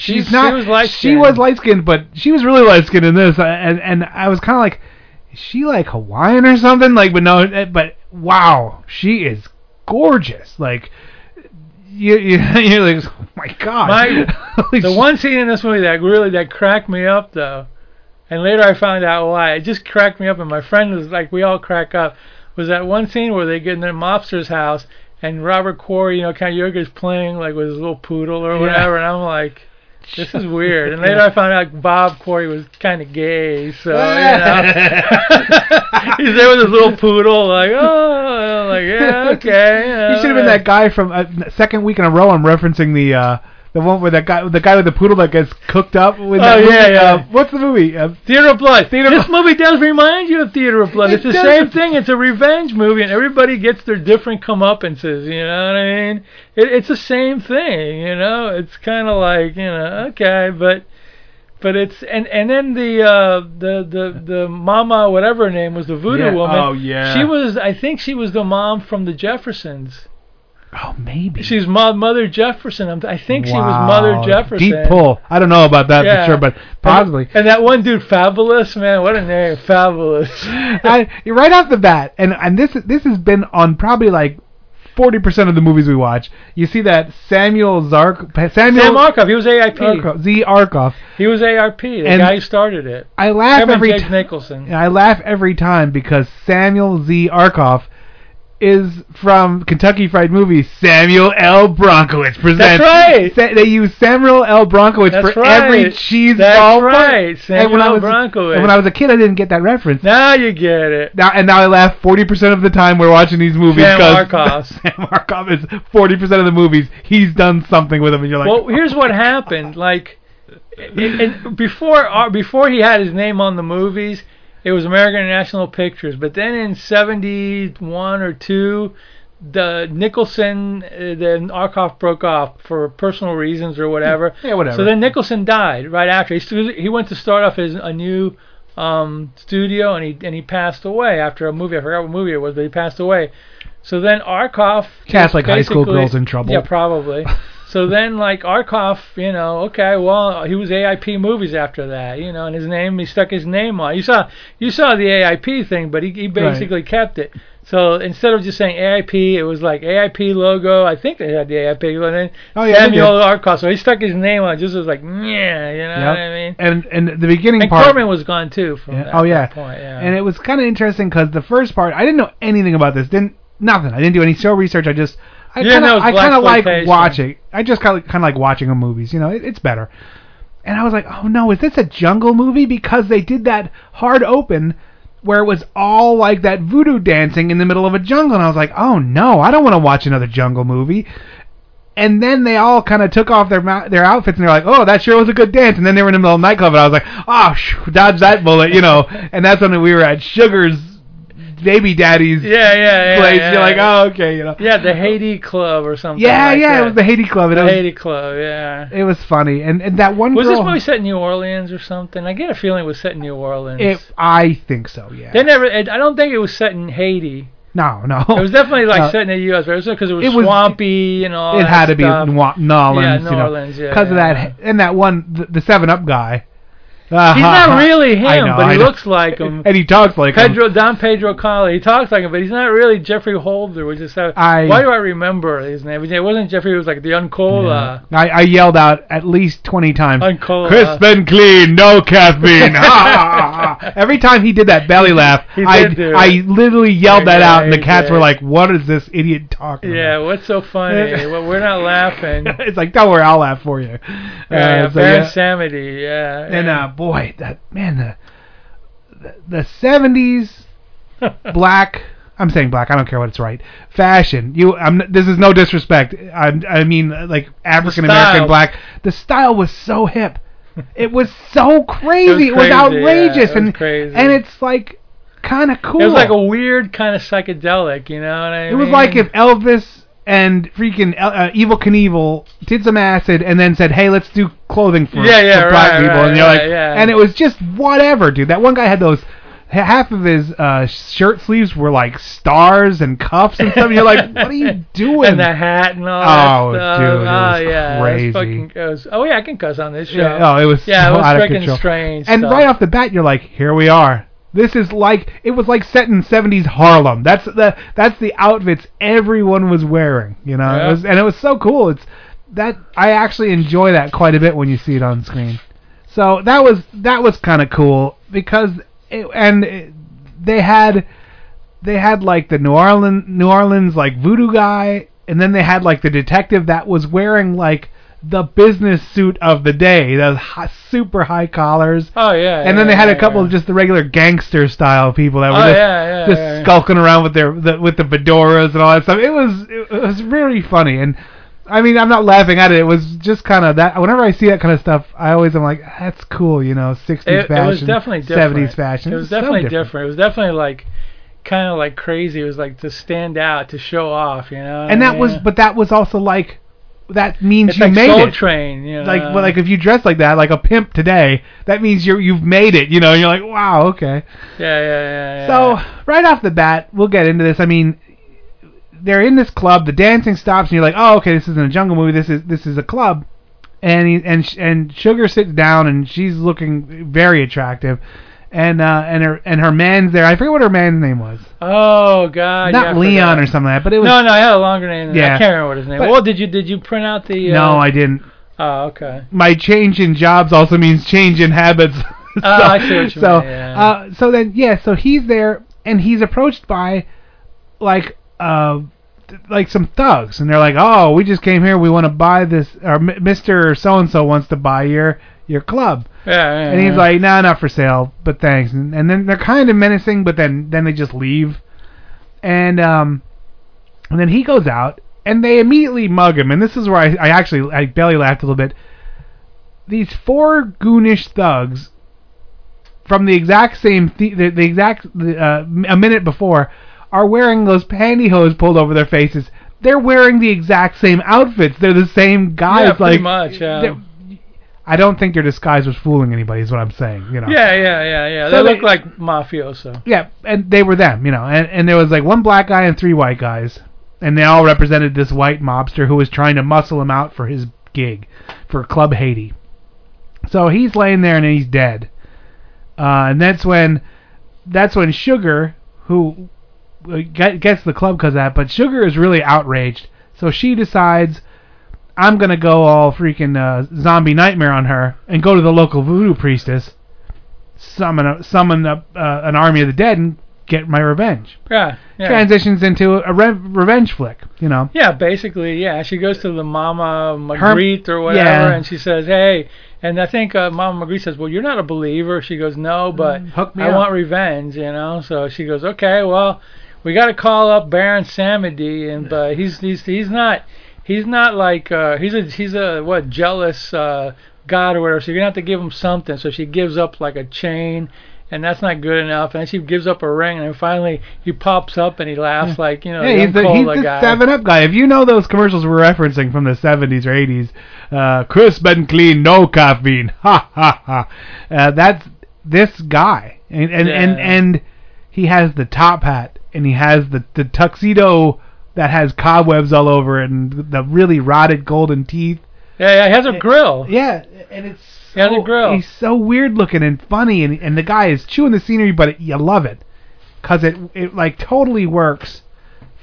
A: She's
B: she
A: not.
B: was light-skinned.
A: She was light skinned, but she was really light skinned in this, uh, and and I was kind of like, is she like Hawaiian or something? Like, but no, uh, but wow, she is gorgeous. Like, you you you're like, oh my god.
B: My-
A: Holy
B: the
A: sh-
B: one scene in this movie that really that cracked me up though, and later I found out why. It just cracked me up, and my friend was like, we all crack up. Was that one scene where they get in their mobster's house and Robert Quarry, you know, Count Yorga's playing like with his little poodle or whatever, and I'm like. This is weird. And later I found out Bob Corey was kind of gay, so you know. he's there with his little poodle, like oh, I'm like yeah, okay.
A: You should have been that guy from uh, second week in a row. I'm referencing the uh, the one where that guy the guy with the poodle that gets cooked up. With
B: Oh,
A: that movie,
B: yeah, yeah.
A: Uh, what's the movie? Uh,
B: Theater of Blood. this movie does remind you of Theater of Blood.
A: It
B: it's the
A: does.
B: same thing. It's a revenge movie, and everybody gets their different comeuppances. You know what I mean? It, it's the same thing. You know, it's kind of like you know, okay, but but it's and and then the uh, the the the mama whatever her name was the voodoo
A: Yeah.
B: woman.
A: Oh, yeah.
B: She was. I think she was the mom from the Jeffersons.
A: oh, maybe.
B: She's mo- Mother Jefferson. I'm- I think she was
A: Wow,
B: Mother Jefferson.
A: Deep pull. I don't know about that
B: Yeah.
A: for sure, but possibly.
B: And that one dude, Fabulous, man, what a name, Fabulous.
A: I, right off the bat, and and this this has been on probably like forty percent of the movies we watch. You see that Samuel Zark Samuel
B: Sam Markov, he was AIP.
A: Zarkov- Z Arkoff.
B: He was ARP, the
A: And-
B: guy who started it.
A: I laugh
B: Cameron
A: every
B: Jake
A: time.
B: Nicholson.
A: I laugh every time because Samuel Z Arkoff is from Kentucky Fried Movie. Samuel L. Bronkowitz presents.
B: That's right.
A: Sa- they use Samuel L. Bronkowitz
B: That's
A: for
B: right.
A: every cheese
B: That's
A: ball.
B: right,
A: and when I
B: Samuel
A: was,
B: Bronkowitz.
A: And when I was a kid, I didn't get that reference.
B: Now you get it.
A: now and now I laugh forty percent of the time we're watching these movies.
B: Sam
A: 'cause
B: Arkoff.
A: Sam Arkoff is forty percent of the movies he's done something with them, and you're like,
B: Well, here's what happened. Like, it, it, before uh, before he had his name on the movies, it was American National Pictures. But then in '71 or two, the Nicholson, uh, then Arkoff broke off for personal reasons or whatever.
A: Yeah, whatever.
B: So then Nicholson died right after. He, stu- he went to start off his a new um, studio, and he and he passed away after a movie. I forgot what movie it was, but he passed away. So then Arkoff
A: Cast like high school
B: basically-
A: girls in trouble.
B: Yeah, probably. so then like Arkoff, you know, okay, well he was AIP movies after that, you know, and his name he stuck his name on. You saw you saw the AIP thing, but he, he basically kept it. So instead of just saying AIP, it was like AIP logo. I think they had the AIP, logo, and then
A: Oh, yeah, they
B: Samuel Arkoff. So he stuck his name on. It just was like, yeah, you know
A: Yep.
B: what I mean.
A: and and the beginning
B: And
A: part.
B: Corman was gone too from
A: Yeah.
B: that,
A: oh yeah.
B: that point. Yeah.
A: And it was kind of interesting because the first part, I didn't know anything about this. Didn't nothing. I didn't do any show research. I just, I
B: You didn't
A: kind
B: know it
A: of,
B: was
A: I kind of like
B: blaxploitation.
A: watching. I just kind of kind of like watching the movies. You know, it, it's better. And I was like, oh no, is this a jungle movie? Because they did that hard open where it was all like that voodoo dancing in the middle of a jungle, and I was like, oh no, I don't want to watch another jungle movie. And then they all kind of took off their mou- their outfits and they're like, "Oh, that sure was a good dance." And then they were in the middle of a nightclub, and I was like, "Oh, shoo, dodge that bullet," you know. And that's when we were at Sugar's baby daddy's
B: yeah, yeah, yeah.
A: place.
B: yeah.
A: You're like, "Oh, okay," you know.
B: Yeah, the Haiti Club or something.
A: yeah,
B: like
A: yeah,
B: that.
A: It was the Haiti Club. And
B: The
A: it was
B: Haiti Club. Yeah.
A: it was funny. And and that one
B: Was
A: girl.
B: this movie set in New Orleans or something? I get a feeling it was set in New Orleans.
A: it, I think so. Yeah.
B: they never. It, I don't think it was set in Haiti.
A: no, no.
B: It was definitely like
A: No.
B: set in the U.S. because it was
A: It was-
B: swampy and all.
A: It
B: that
A: had to be
B: stuff.
A: New Orleans,
B: um, Yeah,
A: you
B: New
A: know,
B: Orleans, yeah,
A: because of
B: yeah.
A: that and that one the, the Seven Up guy. Uh-huh.
B: He's not really him,
A: I know,
B: but he
A: I know.
B: looks like him.
A: and he talks like him.
B: Pedro Don Pedro Colley. He talks like him, but he's not really Jeffrey Holder. Which is how,
A: I-
B: why do I remember his name? It wasn't Jeffrey. It was like the Uncola.
A: I, I yelled out at least 20 times,
B: Uncola.
A: crisp and clean, no caffeine. Ha, ha, ha, ha. Every time he did that belly laugh,
B: He
A: I,
B: did do it.
A: I literally yelled that
B: Yeah,
A: out, and the
B: he
A: cats
B: did.
A: were like, what is this idiot talking about?
B: Yeah, what's so funny? well, we're not laughing. Yeah,
A: it's like, don't worry, I'll laugh for you.
B: yeah,
A: Uh, so,
B: Baron
A: yeah.
B: Samedi, yeah.
A: And
B: yeah.
A: uh, boy, that man, the the seventies uh, black. I'm saying black. I don't care what it's right. Fashion. You. I'm. n- This is no disrespect. I. I mean, uh, like African American
B: style.
A: black. The style was so hip. It was so crazy. It was,
B: crazy, yeah,
A: outrageous
B: it was
A: and
B: crazy.
A: and it's like kind of cool.
B: It was like a weird kind of psychedelic, you know what I
A: It
B: mean?
A: was like if Elvis and freaking El- uh, Evil Knievel did some acid and then said, "Hey, let's do clothing for,
B: Yeah, yeah,
A: for black
B: right,
A: people,"
B: right,
A: and you're like,
B: right, yeah.
A: and it was just whatever, dude. That one guy had those. ha- Half of his uh, shirt sleeves were like stars and cuffs and stuff. And you're like, what are you doing?
B: and the hat and all
A: Oh,
B: that stuff.
A: dude, it was
B: oh, yeah, it
A: crazy.
B: was fucking, it was, oh yeah, I can cuss on this show.
A: Yeah, oh, it was
B: yeah,
A: so
B: it was
A: out of
B: freaking
A: control.
B: strange.
A: and
B: stuff.
A: right off the bat, you're like, here we are. This is like it was like set in '70s Harlem. That's the that's the outfits everyone was wearing. You know,
B: Yeah.
A: it was, and it was so cool. It's that I actually enjoy that quite a bit when you see it on screen. So that was that was kind of cool because it, and it, they had they had like the New Orleans New Orleans like voodoo guy, and then they had like the detective that was wearing like the business suit of the day, those hi- super high collars.
B: oh yeah,
A: And then they
B: yeah,
A: had
B: yeah,
A: a couple
B: yeah.
A: of just the regular gangster style people that were
B: Uh, Oh,
A: just,
B: yeah, yeah,
A: just
B: yeah.
A: skulking around with their the, with the fedoras and all that stuff. It was it was really funny, and I mean I'm not laughing at it. It was just kind of that. Whenever I see that kind of stuff, I always am like, that's cool, you know, 60s
B: it,
A: fashion,
B: it was definitely different.
A: 70s fashion.
B: It was
A: so
B: definitely different. It was definitely like kind of like crazy. It was like to stand out, to show off, you know.
A: And that was,
B: Yeah.
A: but that was also like. That means
B: it's
A: you
B: like
A: made
B: Soul
A: it.
B: Train, uh, you know.
A: like well, like if you dress like that, like a pimp today, that means you're you've made it. You know, you're like, wow, okay.
B: yeah, yeah, yeah, yeah.
A: So right off the bat, we'll get into this. I mean, they're in this club. The dancing stops, and you're like, oh, okay, this isn't a jungle movie. This is this is a club. And he, and sh- and Sugar sits down, and she's looking very attractive. And uh, and her and her man's there. I forget what her man's name was.
B: oh god, yeah, I
A: Not
B: forgot.
A: Leon or something like that, but it was.
B: no, no, I had a longer name. Than that.
A: Yeah.
B: I can't remember what his name.
A: But-
B: well, did you did you print out the? Uh,
A: no, I didn't.
B: Oh, okay.
A: my change in jobs also means change in habits. so,
B: Oh, I see what you
A: so,
B: mean, yeah.
A: uh, so then, yeah, so he's there and he's approached by like uh, th- like some thugs, and they're like, "Oh, we just came here. We want to buy this, or M- Mister So and So wants to buy your your club."
B: Yeah, yeah.
A: And he's
B: yeah.
A: like, "Nah, not for sale, but thanks." And, and then they're kind of menacing, but then then they just leave, and um, and then he goes out, and they immediately mug him. And this is where I, I actually I belly laughed a little bit. These four goonish thugs from the exact same the, the, the exact uh, a minute before are wearing those pantyhose pulled over their faces. They're wearing the exact same outfits. They're the same guys.
B: yeah, pretty
A: like
B: much. Yeah.
A: they're- I don't think their disguise was fooling anybody. Is what I'm saying. You know.
B: Yeah, yeah, yeah, yeah.
A: So
B: they
A: they-
B: look like mafioso.
A: Yeah, and they were them, you know, and and there was like one black guy and three white guys, and they all represented this white mobster who was trying to muscle him out for his gig, for Club Haiti. So he's laying there and he's dead, uh, and that's when, that's when Sugar, who uh, get- gets the club because of that, but Sugar is really outraged, so she decides. I'm gonna go all freaking uh, zombie nightmare on her and go to the local voodoo priestess summon a, summon up uh, an army of the dead and get my revenge.
B: Yeah, yeah.
A: Transitions into a re- revenge flick, you know.
B: Yeah, basically, yeah. She goes to the Mama
A: Her-
B: Magritte or whatever,
A: yeah.
B: and she says, "Hey." And I think uh, Mama Magritte says, "Well, you're not a believer." She goes, "No, but
A: Mm, hook me
B: I
A: up."
B: want revenge," you know. So she goes, "Okay, well, we got to call up Baron Samedi, and but he's he's he's not he's not like uh, he's a he's a what jealous uh, god or whatever. So you're gonna have to give him something. So she gives up like a chain. And that's not good enough. And then she gives up a ring, and then finally he pops up and he laughs like you know.
A: Yeah, he's
B: young
A: the, he's
B: cola
A: the
B: guy.
A: Seven Up guy. If you know those commercials we're referencing from the 70s or 80s, uh, crisp and clean, no caffeine. Ha ha ha. Uh, that's this guy, and and and,
B: Yeah.
A: and he has the top hat and he has the the tuxedo that has cobwebs all over it and the really rotted golden teeth.
B: Yeah, yeah, he has a grill.
A: Yeah, and it's so
B: on the grill.
A: he's so weird looking and funny, and and the guy is chewing the scenery, but it, you love it because it it like totally works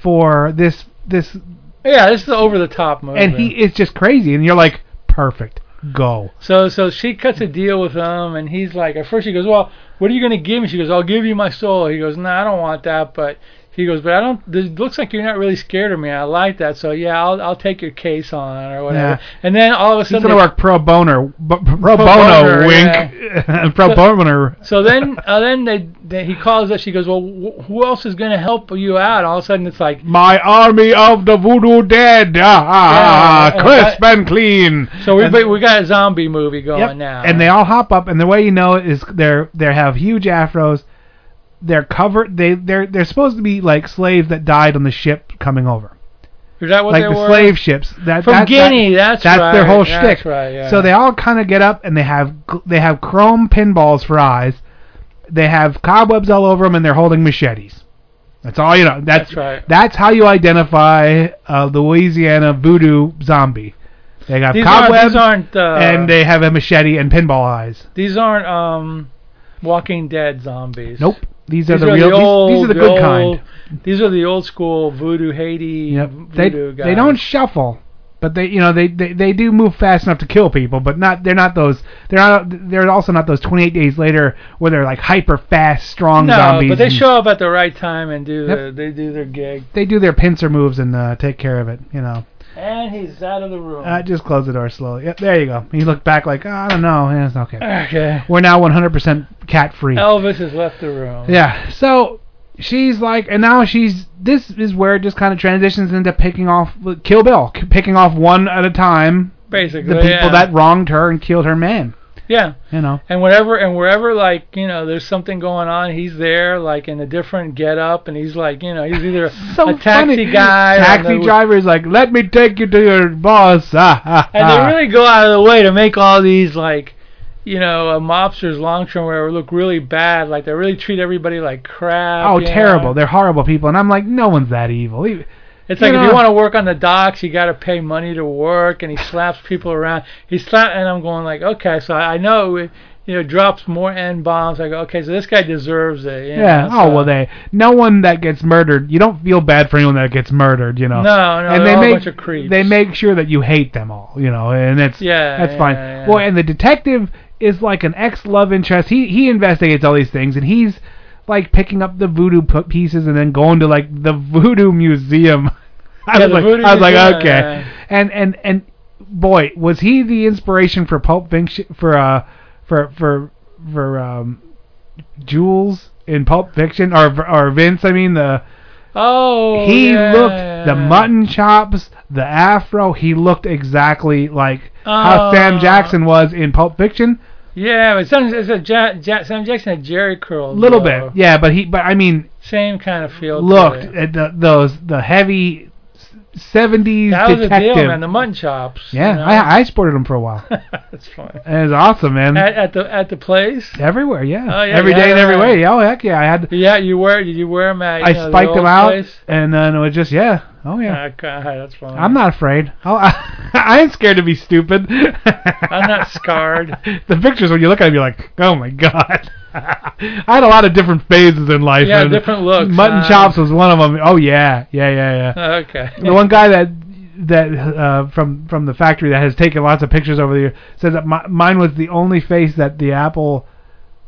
A: for this this,
B: Yeah, this is the over the top movie.
A: and he is just crazy, and you're like perfect, go.
B: So so she cuts a deal with him, and he's like, at first she goes, well, what are you gonna give me? She goes, I'll give you my soul. He goes, no, I don't want that, but he goes, but I don't. This looks like you're not really scared of me. I like that, so yeah, I'll I'll take your case on or whatever.
A: Yeah.
B: And then all of a
A: He's
B: sudden,
A: gonna
B: they-
A: work pro bono, b- pro,
B: bono,
A: bono, wink, pro bono.
B: So then uh, then they, they he calls us. She goes, well, wh- who else is gonna help you out? All of a sudden, it's like
A: My army of the voodoo dead, ah, ah,
B: Yeah,
A: ah,
B: and
A: crisp and clean.
B: so we
A: And-
B: we got a zombie movie going
A: Yep.
B: now.
A: And they all hop up, and the way you know it is they're they have huge afros. They're covered. They they're they're supposed to be like slaves that died on the ship coming over,
B: is that what
A: like
B: they
A: the
B: were?
A: slave ships. That
B: From
A: that- that-
B: Guinea, that's right,
A: their whole
B: that's
A: shtick.
B: right, yeah.
A: So they all kind of get up, and they have gl- they have chrome pinballs for eyes. They have cobwebs all over them, and they're holding machetes. That's all you know. That's,
B: That's right.
A: That's how you identify a Louisiana voodoo zombie. They got
B: These aren't,
A: cobwebs
B: these aren't uh,
A: and they have a machete and pinball eyes.
B: These aren't um, Walking Dead zombies.
A: Nope. These,
B: These
A: are the real. these-
B: old,
A: these, are the, good
B: old-
A: kind.
B: These are the old school voodoo Haiti
A: Yep. They
B: voodoo guys.
A: they don't shuffle, but they you know they, they they do move fast enough to kill people, but not they're not those they're not they're also not those 28 days later where they're like hyper fast strong
B: no,
A: zombies.
B: but they
A: and
B: show up at the right time and do
A: Yep.
B: the, they do their gig.
A: they do their pincer moves and uh, take care of it. You know,
B: And he's out of the room.
A: uh, just close the door slowly. Yep, there you go. He looked back like "Oh, I don't know. Yeah, it's
B: Uh,
A: okay.
B: okay.
A: We're now 100% cat free.
B: Elvis has left the room.
A: Yeah. So she's like, and now she's. This is where it just kind of transitions into picking off Kill Bill, c- picking off one at a time
B: Basically,
A: the people
B: yeah.
A: that wronged her and killed her man.
B: yeah.
A: You know.
B: And whatever and wherever like, you know, there's something going on, he's there like in a different get up and he's like, you know, he's either
A: So
B: a taxi
A: funny.
B: guy or
A: Taxi
B: the-
A: driver is like, let me take you to your boss. Ah, ah,
B: And
A: ah.
B: they really go out of the way to make all these like, you know, uh, mobsters, longshoremen, whatever, look really bad. Like they really treat everybody like crap.
A: Oh,
B: you know?
A: terrible! They're horrible people, and I'm like, no one's that evil. E-
B: It's
A: you
B: like if
A: know.
B: you want to work on the docks, you got to pay money to work, and he slaps people around. He slap, and I'm going like, okay, so I I know, it, you know, drops more n bombs. I go, okay, so this guy deserves it. you
A: Yeah.
B: know,
A: Oh
B: so-
A: well, they. No one that gets murdered. You don't feel bad for anyone that gets murdered. You know.
B: No, no,
A: and
B: they're
A: they
B: all
A: make
B: a bunch of creeps.
A: they make sure that you hate them all, you know, and it's
B: Yeah,
A: that's
B: yeah,
A: fine.
B: yeah.
A: Well, and the detective is like an ex love interest. He he investigates all these things, and he's like picking up the voodoo pu- pieces and then going to like the voodoo museum. I
B: Yeah,
A: was
B: the
A: like,
B: voodoo
A: I was like,
B: museum,
A: okay,
B: yeah.
A: and and and boy, was he the inspiration for Pulp Fiction for uh for for for um Jules in Pulp Fiction or or Vince? I mean the
B: Oh,
A: he
B: yeah.
A: looked the mutton chops, the afro. He looked exactly like how
B: Oh.
A: Sam Jackson was in Pulp Fiction.
B: Yeah, but some, it's a ja, ja, Sam Jackson had Jerry curls.
A: A little
B: though.
A: bit, yeah. But he, but I mean,
B: Same kind of feel. to
A: looked
B: it.
A: at the, those the heavy seventies
B: That was
A: detective.
B: a deal, man. The mutton chops.
A: yeah,
B: you know?
A: I I sported them for a while.
B: that's fun.
A: it was awesome, man.
B: At, at the at the place.
A: Everywhere, yeah.
B: Oh, yeah,
A: Every
B: yeah,
A: day and every
B: yeah.
A: way. Oh heck yeah, I had.
B: Yeah, you wear did you wear them at? You
A: I
B: know, the
A: spiked them
B: old
A: out,
B: Place?
A: and then it was just yeah. Oh yeah.
B: Ah, God, that's fun.
A: I'm not afraid. I'll, I, I ain't scared to be stupid. I'm
B: not scarred.
A: the pictures when you look at them, you're like, oh my god. I had a lot of different phases in life.
B: Yeah,
A: and
B: different looks, uh,
A: Mutton
B: huh?
A: chops was one of them. Oh yeah, yeah, yeah, yeah.
B: Okay.
A: the one guy that that uh, from from the factory that has taken lots of pictures over the year says that my, mine was the only face that the Apple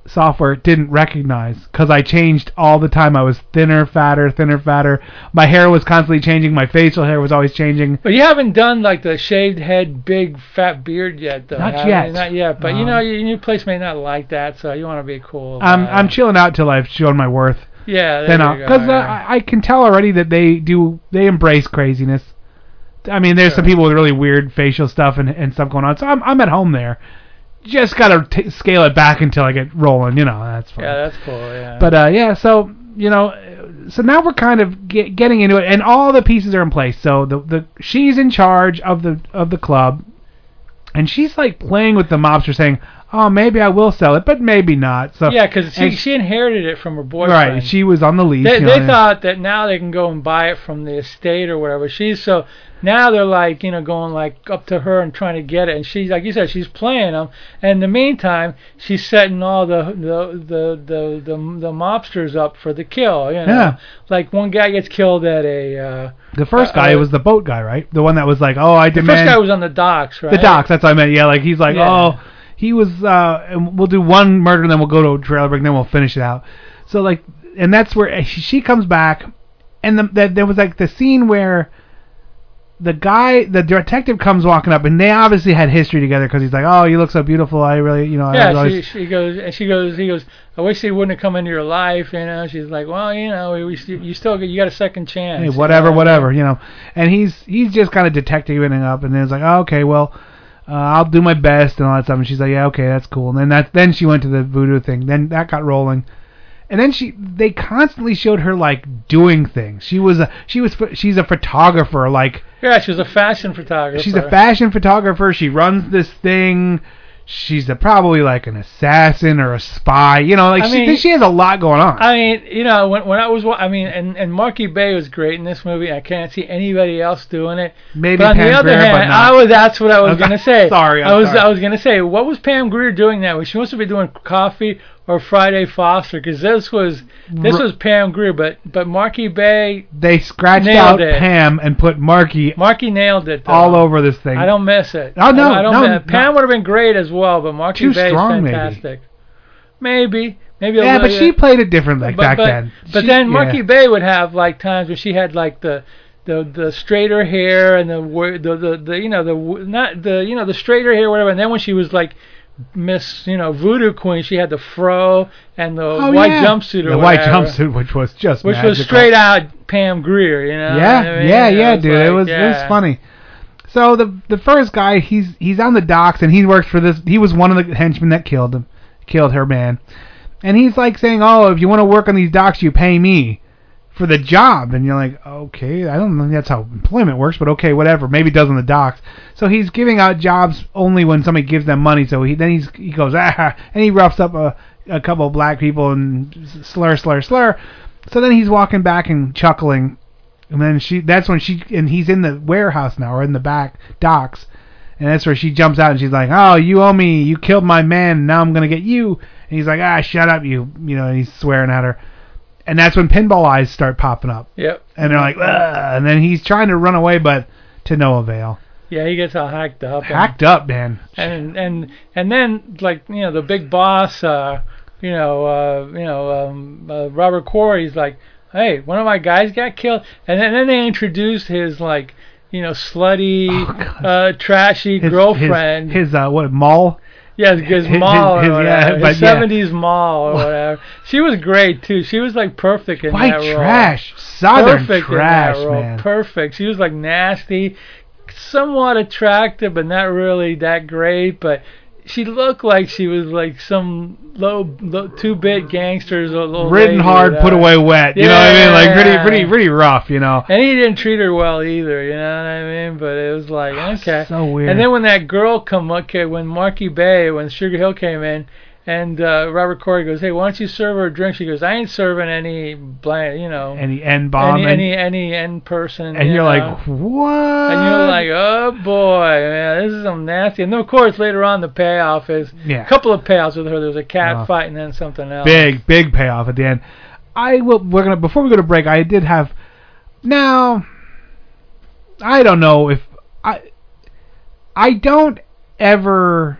A: software didn't recognize because I changed all the time. I was thinner, fatter, thinner, fatter. My hair was constantly changing. My facial hair was always changing.
B: But you haven't done like the shaved head, big fat beard yet, though.
A: Not
B: have you?
A: yet.
B: Not yet. But you
A: Um,
B: know, your new place may not like that, so you want to be cool.
A: I'm
B: about
A: I'm
B: it.
A: chilling out till I've shown my worth.
B: Yeah. Uh, There
A: Then
B: you
A: I'll
B: go,
A: because uh,
B: yeah.
A: I, I can tell already that they do they embrace craziness. I mean, there's some people with really weird facial stuff and and stuff going on. So I'm I'm at home there. Just gotta t- scale it back until I get rolling. You know, that's fine.
B: yeah, that's cool. Yeah.
A: But uh, yeah, so you know, uh, so now we're kind of get, getting into it, and all the pieces are in place. So the the she's in charge of the of the club, and she's like playing with the mobster, saying, oh, maybe I will sell it, but maybe not. So
B: Yeah, because she,
A: uh, and
B: she inherited it from her boyfriend.
A: right, she was on the lease.
B: They,
A: you know,
B: they
A: and-
B: thought that now they can go and buy it from the estate or whatever. She's so now they're like you know going like up to her and trying to get it, and she's like you said she's playing them. And in the meantime, she's setting all the the the the the, the mobsters up for the kill. You know,
A: Yeah.
B: like one guy gets killed at a. Uh,
A: the first
B: uh,
A: guy
B: uh,
A: was the boat guy, right? The one that was like, oh, I
B: the
A: demand
B: first guy was on the docks, right?
A: the docks. That's what I meant. Yeah, like he's like,
B: Yeah.
A: oh, he was. Uh, and we'll do one murder, and then we'll go to a trailer break, and then we'll finish it out. So like, and that's where eh, she, she comes back, and the, the, there was like the scene where the guy, the detective, comes walking up, and they obviously had history together because he's like, oh, you look so beautiful. I really, you know, I was
B: Yeah,
A: always,
B: she, she goes and she goes. He goes. I wish they wouldn't have come into your life. You know, she's like, well, you know, we, we, you still you got a second chance.
A: hey,
B: you
A: whatever,
B: know?
A: whatever, you know. And he's he's just kind of detectiving it up, and then it's like, oh, okay, well, uh, I'll do my best and all that stuff. And she's like, yeah, okay, that's cool. And then that then she went to the voodoo thing. Then that got rolling, and then she they constantly showed her like doing things. She was a she was ph- she's a photographer. Like
B: Yeah, she was a fashion photographer.
A: she's a fashion photographer. She runs this thing. She's a, probably like an assassin or a spy. You know, like
B: I
A: she
B: mean-
A: she has a lot going on.
B: I mean, you know, when when I was, wa- I mean, and and Marky Bay was great in this movie. I can't see anybody else doing it.
A: Maybe
B: but on
A: Pam
B: the other
A: Grier,
B: hand,
A: but not.
B: I was that's what I was
A: Okay.
B: gonna say.
A: Sorry, I'm
B: I was
A: sorry.
B: I was gonna say what was Pam Greer doing that week? She must have been doing Coffee or Friday Foster because this was this
A: R-
B: was Pam Greer, but but Marky Bay,
A: they scratched out
B: Nailed it.
A: Pam and put Marky
B: Marky nailed it though.
A: all over this thing.
B: I don't miss it.
A: Oh, no,
B: I don't
A: no,
B: miss- Pam
A: no.
B: would have been great as well, but Marky
A: Too
B: Bay
A: strong,
B: is
A: maybe.
B: fantastic. Maybe. Maybe a
A: Yeah,
B: little
A: but she played it different like
B: but,
A: back
B: but,
A: then.
B: But
A: She-
B: then
A: yeah.
B: Marky Bay would have like times where she had like the the the straighter hair and the wo- the the, the you know the wo- not the you know the straighter hair whatever. And then when she was like Miss you know Voodoo Queen, she had the fro and the
A: Oh,
B: white
A: yeah.
B: jumpsuit or
A: the white
B: whatever,
A: jumpsuit, which was just
B: which was
A: magical.
B: straight out Pam Greer. You know.
A: Yeah,
B: I mean,
A: yeah,
B: you know,
A: yeah,
B: it's
A: dude. it
B: like,
A: was it was
B: yeah.
A: funny. So the the first guy, he's he's on the docks and he works for this. He was one of the henchmen that killed him, killed her man, and he's like saying, "Oh, if you want to work on these docks, you pay me." For the job, and you're like, okay, I don't know, that's how employment works, but okay, whatever. Maybe it does on the docks. So he's giving out jobs only when somebody gives them money. So he then he's he goes ah, and he roughs up a a couple of black people and slur, slur, slur. So then he's walking back and chuckling, and then she that's when she and he's in the warehouse now or in the back docks. And that's where she jumps out and she's like, "Oh, you owe me. You killed my man. Now I'm gonna get you." And he's like, "Ah, shut up, you." You know, and he's swearing at her. And that's when pinball eyes start popping up,
B: Yep.
A: and they're like, Ugh. and then he's trying to run away, but to no avail.
B: Yeah, he gets all hacked up. and-
A: Hacked up, man.
B: and and and then like you know the big boss uh you know uh you know um uh, robert corey's like hey one of my guys got killed and then, then they introduced his like you know slutty uh trashy
A: Oh, His-
B: girlfriend
A: His, his uh, what mall?
B: yeah his,
A: his-
B: mall
A: his-
B: or
A: yeah,
B: whatever,
A: but
B: his
A: yeah.
B: 70s mall or whatever she was great too she was like perfect in
A: White
B: that role
A: trash. Southern
B: perfect
A: trash,
B: in that role.
A: man.
B: Perfect. She was like nasty, somewhat attractive, but not really that great. But she looked like she was like some low, low two-bit gangsters or little
A: Ridden
B: lady
A: hard,
B: that-
A: put away wet. You know what I mean? Like pretty,
B: Yeah.
A: pretty, pretty rough. You know.
B: And he didn't treat her well either, you know what I mean? But it was like okay.
A: so weird.
B: And then when that girl come okay, when Marky Bay, when Sugar Hill came in, and uh, Robert Corey goes, hey, why don't you serve her a drink? She goes, I ain't serving any bland, you know,
A: And the N bomb.
B: any,
A: and-
B: any any end person.
A: and
B: you
A: you're
B: know.
A: like, what?
B: And you're like, oh boy, man, this is some nasty. And then of course later on the payoff is
A: Yeah.
B: a couple of payoffs with her. There's a cat
A: Oh.
B: fight and then something else.
A: big, big payoff at the end. I will. We're gonna before we go to break. I did have now. I don't know if I. I don't ever.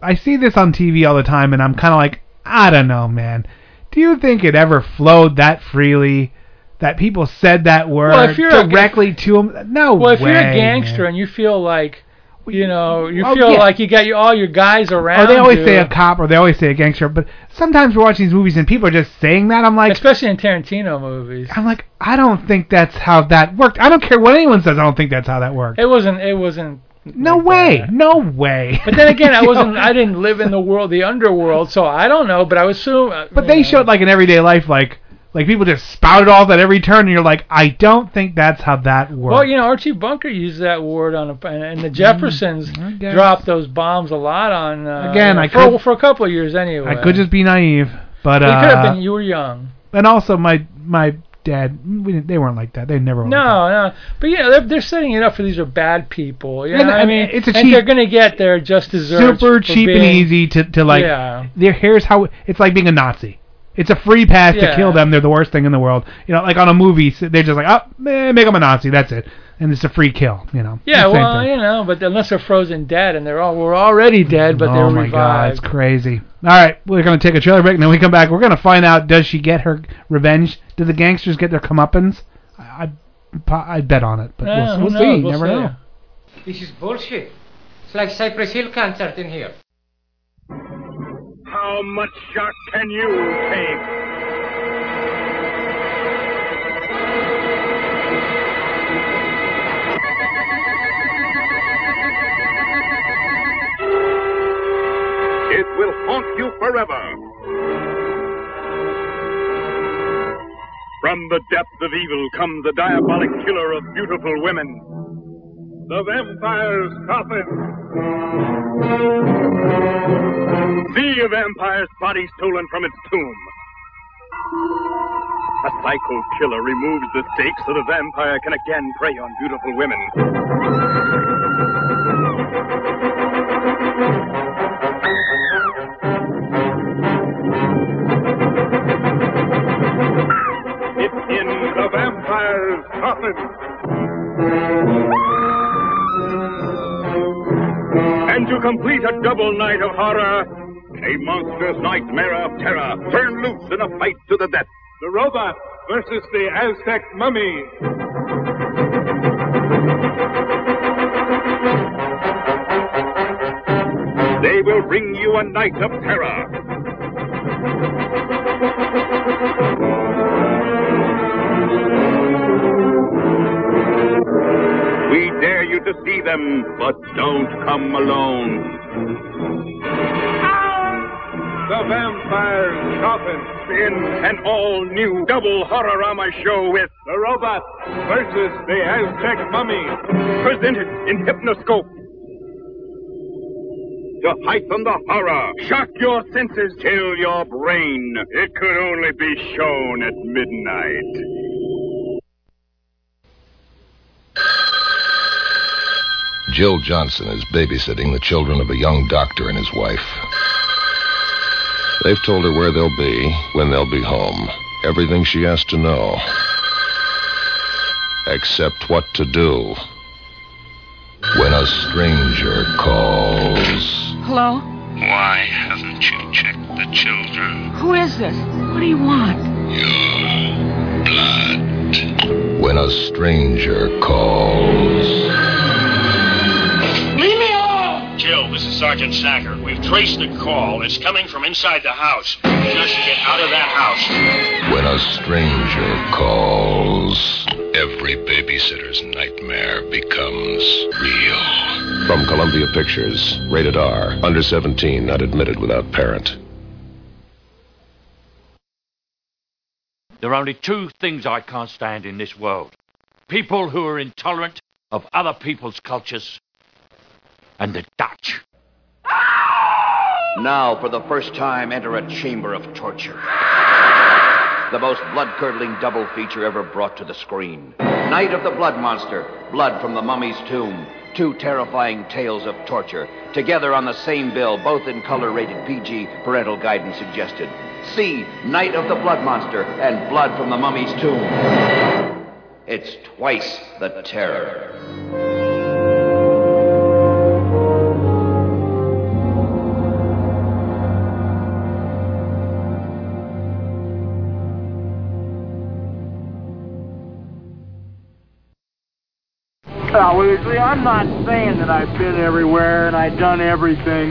A: I see this on TV all the time, and I'm kind of like, I don't know, man. Do you think it ever flowed that freely? That people said that word
B: Well, if you're a-
A: directly to 'em? to them? No
B: Well, if
A: way,
B: you're a gangster
A: man.
B: and you feel like you know, you
A: Oh,
B: feel
A: yeah.
B: like you got your, all your guys around.
A: Or they always
B: you,
A: say a cop, or they always say a gangster. But sometimes we're watching these movies and people are just saying that. I'm like,
B: especially in Tarantino movies.
A: I'm like, I don't think that's how that worked. I don't care what anyone says. I don't think that's how that worked.
B: It wasn't. It wasn't.
A: No
B: like
A: way.
B: that.
A: No way.
B: But then again, I
A: You
B: wasn't.
A: know?
B: I didn't live in the world, the underworld, so I don't know. But I would assume.
A: But they showed like in everyday life, like Like people just spout it off at every turn, and you're like, I don't think that's how that works.
B: Well, you know, Archie Bunker used that word on, a, and the Jeffersons
A: Mm-hmm. guess.
B: dropped those bombs a lot on. Uh,
A: Again,
B: you know,
A: I
B: for,
A: could-
B: for a couple of years anyway.
A: I could just be naive, but
B: uh, It
A: uh,
B: could have been. You were young.
A: and also my my dad, we didn't, they weren't like that. They never. were like
B: No, no, but you know they're, they're setting it up for these are bad people. You know,
A: And-
B: what I
A: and
B: mean,
A: it's a
B: and
A: cheap-
B: they're going to get their just
A: that.
B: desserts.
A: super
B: for
A: cheap
B: being,
A: and easy to to like.
B: Yeah.
A: There, here's how it's like being a Nazi. It's a free pass to
B: Yeah.
A: kill them. They're the worst thing in the world. You know, like on a movie, so they're just like, oh, man, make them a Nazi. That's it, and it's a free kill. You know.
B: Yeah,
A: The same
B: well,
A: thing.
B: you know, but unless they're frozen dead and they're all we're already dead, but
A: oh
B: they're
A: my god, it's
B: revived.
A: crazy. All right, we're gonna take a trailer break, and then we come back. We're gonna find out does she get her revenge? Do the gangsters get their comeuppance? I I, I bet on it, but
B: Yeah,
A: we'll,
B: Eh, who
A: we'll see.
B: knows? We'll
A: Never
B: see.
A: know.
J: This is bullshit. It's like Cypress Hill concert in here.
K: How much shock can you take? It will haunt you forever. From the depth of evil comes the diabolic killer of beautiful women. The vampire's coffin. The vampire's body stolen from its tomb. A psycho killer removes the stake so the vampire can again prey on beautiful women. It's in the vampire's coffin. And to complete a double night of horror, a monstrous nightmare of terror turned loose in a fight to the death. The robot versus the Aztec mummy. They will bring you a night of terror. We dare you to see them, but don't come alone. The Vampire's Coffin. In an all new double horrorama show with The Robot versus the Aztec Mummy. Presented in Hypnoscope. To heighten the horror, shock your senses, till your brain. It could only be shown at midnight.
L: Jill Johnson is babysitting the children of a young doctor and his wife. They've told her where they'll be, when they'll be home, everything she has to know, except what to do when a stranger calls.
M: Hello?
L: Why haven't you checked the children?
M: Who is this? What do you want?
L: When a stranger calls.
N: Leave me alone! Jill, this is Sergeant Sacker. We've traced the call. It's coming from inside the house. Just get out of that house.
L: When a stranger calls, every babysitter's nightmare becomes real. From Columbia Pictures, rated R, under 17, not admitted without parent.
O: There are only two things I can't stand in this world people who are intolerant of other people's cultures, and the Dutch.
P: Now, for the first time, enter a chamber of torture. The most blood curdling double feature ever brought to the screen. Night of the Blood Monster, blood from the mummy's tomb. Two terrifying tales of torture, together on the same bill, both in color rated PG, parental guidance suggested. See Night of the Blood Monster and Blood from the Mummy's Tomb. It's twice the terror.
D: Obviously, I'm not saying that I've been everywhere and I've done everything.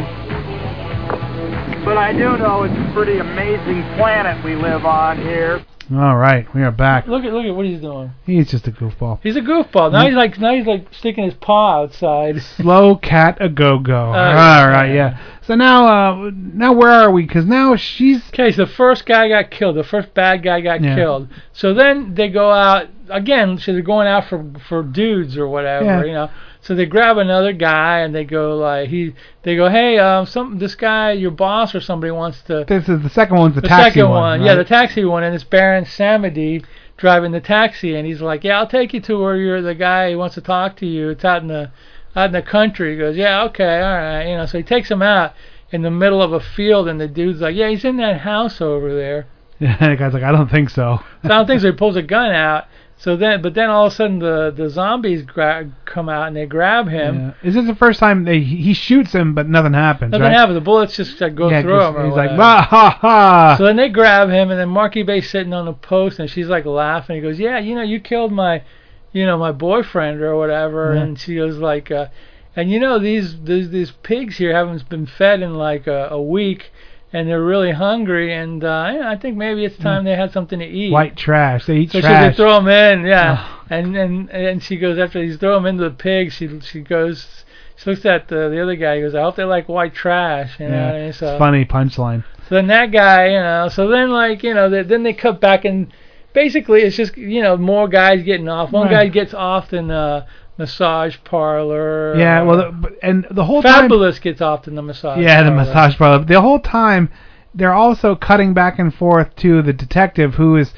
D: But I do know it's a pretty amazing planet we live on here.
A: All right, we are back.
B: Look at look at what he's doing.
A: He's just a goofball.
B: He's a goofball. Now he's like now he's like sticking his paw outside. Oh,
A: Slow cat a go go. All right, yeah. So now, uh, now where are we? Because now she's
B: okay. So the first guy got killed. The first bad guy got
A: Yeah.
B: killed. So then they go out again. So they're going out for for dudes or whatever,
A: Yeah.
B: you know. So they grab another guy and they go like he. They go, hey, um, some this guy, your boss or somebody wants to
A: this is the second one's the,
B: the
A: taxi
B: second
A: one.
B: one, yeah, the
A: right?
B: taxi one, and it's Baron Samedi driving the taxi, and he's like, "Yeah, I'll take you to where you're the guy who wants to talk to you. It's out in the out in the country." He goes, "Yeah, okay, all right," you know. So he takes him out in the middle of a field, and the dude's like, "Yeah, he's in that house over there."
A: yeah, the guy's like, I don't think so.
B: So I don't think so. He pulls a gun out. So then, but then all of a sudden the the zombies gra- come out and they grab him.
A: Yeah. Is this the first time they he shoots him, but nothing happens?
B: Nothing
A: right?
B: happens. The bullets just like, go
A: Yeah,
B: through
A: 'cause
B: him. Or
A: he's like,
B: whatever.
A: "Ah, ha ha.
B: So then they grab him, and then Marky Bay's sitting on a post, and she's like laughing. He goes, "Yeah, you know, you killed my, you know, my boyfriend or whatever."
A: Yeah.
B: And she goes like, uh, "And you know these these these pigs here haven't been fed in like a, a week, and they're really hungry, and uh, yeah, I think maybe it's time they had something to eat."
A: White trash. They eat
B: So she
A: trash.
B: they throw him in, yeah. And and and she goes after they throw him into the pig. She she goes. She looks at the, the other guy. He goes, "I hope they like white trash." You know,
A: yeah.
B: what I mean?
A: It's
B: so,
A: funny punchline.
B: so then that guy, you know, so then like, you know, they, then they cut back and basically it's just, you know, more guys getting off. One
A: Right.
B: guy gets off in a massage parlor. Uh,
A: Yeah, well, the, but- and the whole time
B: Fabulous gets off in the massage.
A: Yeah, the
B: parlor.
A: massage parlor. The whole time, they're also cutting back and forth to the detective who is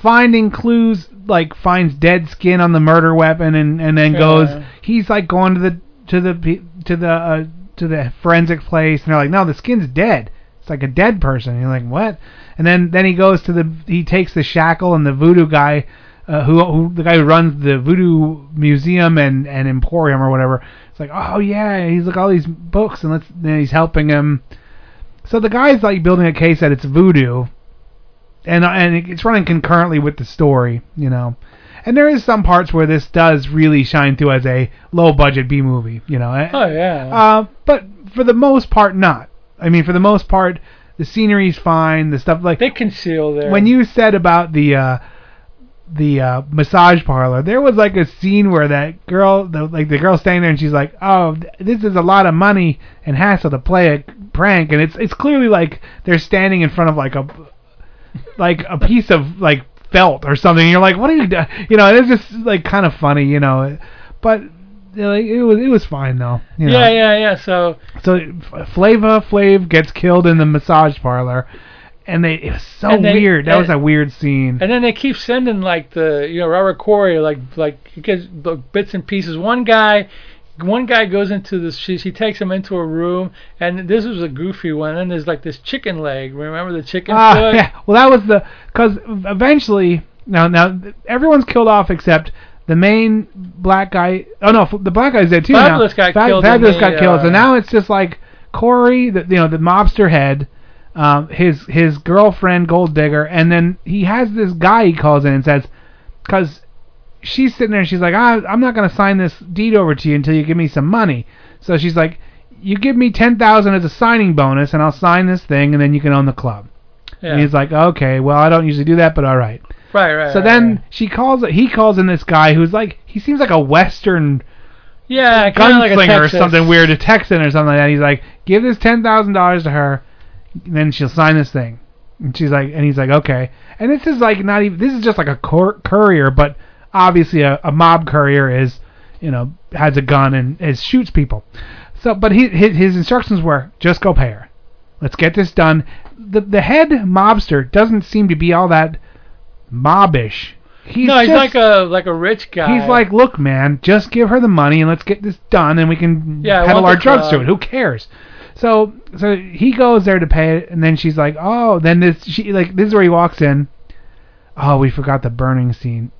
A: finding clues, like finds dead skin on the murder weapon, and and then goes.
B: Yeah.
A: He's like going to the to the pe- to the uh, to the forensic place, and they're like, no, the skin's dead. It's like a dead person. And you're like, what? And then then he goes to the he takes the shackle and the voodoo guy. Uh, who, who the guy who runs the voodoo museum and and emporium or whatever it's like oh yeah he's like all these books and let's and he's helping him so the guy's like building a case that it's voodoo and uh, and it's running concurrently with the story you know and there is some parts where this does really shine through as a low budget B movie you know
B: Oh, yeah.
A: uh, but for the most part not I mean for the most part the scenery's fine the stuff like
B: they conceal their
A: when you said about the uh the uh massage parlor there was like a scene where that girl the, like the girl standing there and she's like oh th- this is a lot of money and hassle to play a prank and it's it's clearly like they're standing in front of like a like a piece of like felt or something and you're like what are you doing you know it's just like kind of funny you know but you know, like, it was it was fine though you know?
B: Yeah, yeah, yeah. So
A: so F- Flava Flav gets killed in the massage parlor, and they it was so
B: And they-
A: weird. That
B: and-
A: was a weird scene.
B: And then they keep sending like the you know Robert Corey like like he gets b- bits and pieces. One guy, one guy goes into this. She she takes him into a room, and this was a goofy one. And there's like this chicken leg. Remember the chicken
A: Ah,
B: foot?
A: yeah. Well, that was the because eventually now now everyone's killed off except the main black guy. Oh no, f- the black guy's dead too. now.
B: Fabulous got
A: Fab-
B: killed in
A: Fabulous
B: the,
A: got killed. So
B: uh,
A: now it's just like Corey, the you know the mobster head. Um, his his girlfriend gold digger, and then he has this guy he calls in and says, because she's sitting there and she's like, I, I'm not going to sign this deed over to you until you give me some money. So she's like, you give me 10000 as a signing bonus and I'll sign this thing and then you can own the club. And
B: Yeah.
A: he's like, okay, well, I don't usually do that, but all right.
B: Right, right.
A: so
B: right,
A: then
B: right.
A: she calls, he calls in this guy who's like, he seems like a Western
B: yeah, kinda like a
A: gunslinger or
B: Texas.
A: something weird, a Texan or something like that. He's like, give this ten thousand dollars to her, and then she'll sign this thing. And she's like, and he's like, okay. And this is like not even. This is just like a cour- courier, but obviously a, a mob courier is, you know, has a gun and is, shoots people. So, but he, his his instructions were just go pay her. Let's get this done. The the head mobster doesn't seem to be all that mobbish. He's
B: no, he's
A: just-
B: like a like a rich guy.
A: He's like, look, man, just give her the money and let's get this done, and we can
B: Yeah, I
A: peddle
B: want
A: our
B: the
A: drugs to
B: drug.
A: it. Who cares? So, so he goes there to pay it, and then she's like, oh, then this, she like, this is where he walks in. Oh, we forgot the burning scene.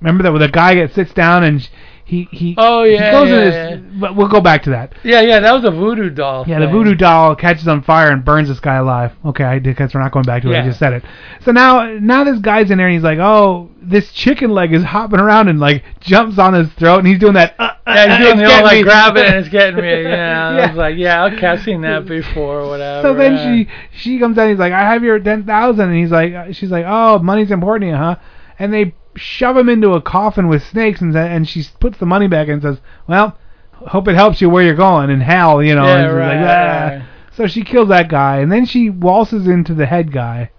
A: Remember that where the guy gets sits down and he he
B: Oh, yeah,
A: he goes
B: yeah,
A: in this, but we'll go back to that.
B: yeah, yeah. That was a voodoo doll.
A: Yeah, the
B: thing.
A: voodoo doll catches on fire and burns this guy alive. Okay, I did because we're not going back to it. I
B: Yeah.
A: just said it. So now, now this guy's in there and he's like, "Oh, this chicken leg is hopping around and like jumps on his throat and he's doing that." Uh, uh,
B: Yeah,
A: uh,
B: he's
A: it's
B: doing the old
A: getting me.
B: like grab it and it's getting me. Yeah, I
A: Yeah.
B: was like, yeah, okay, I've seen that before, or whatever.
A: So then
B: yeah.
A: she she comes out. And he's like, "I have your ten thousand and he's like, "She's like, oh, money's important, to you, huh?" And they shove him into a coffin with snakes and sa- and she puts the money back in and says, "Well, hope it helps you where you're going and hell, you know.
B: Yeah,
A: and she's
B: right,
A: like,
B: right,
A: "Ah."
B: right.
A: So she kills that guy, and then she waltzes into the head guy,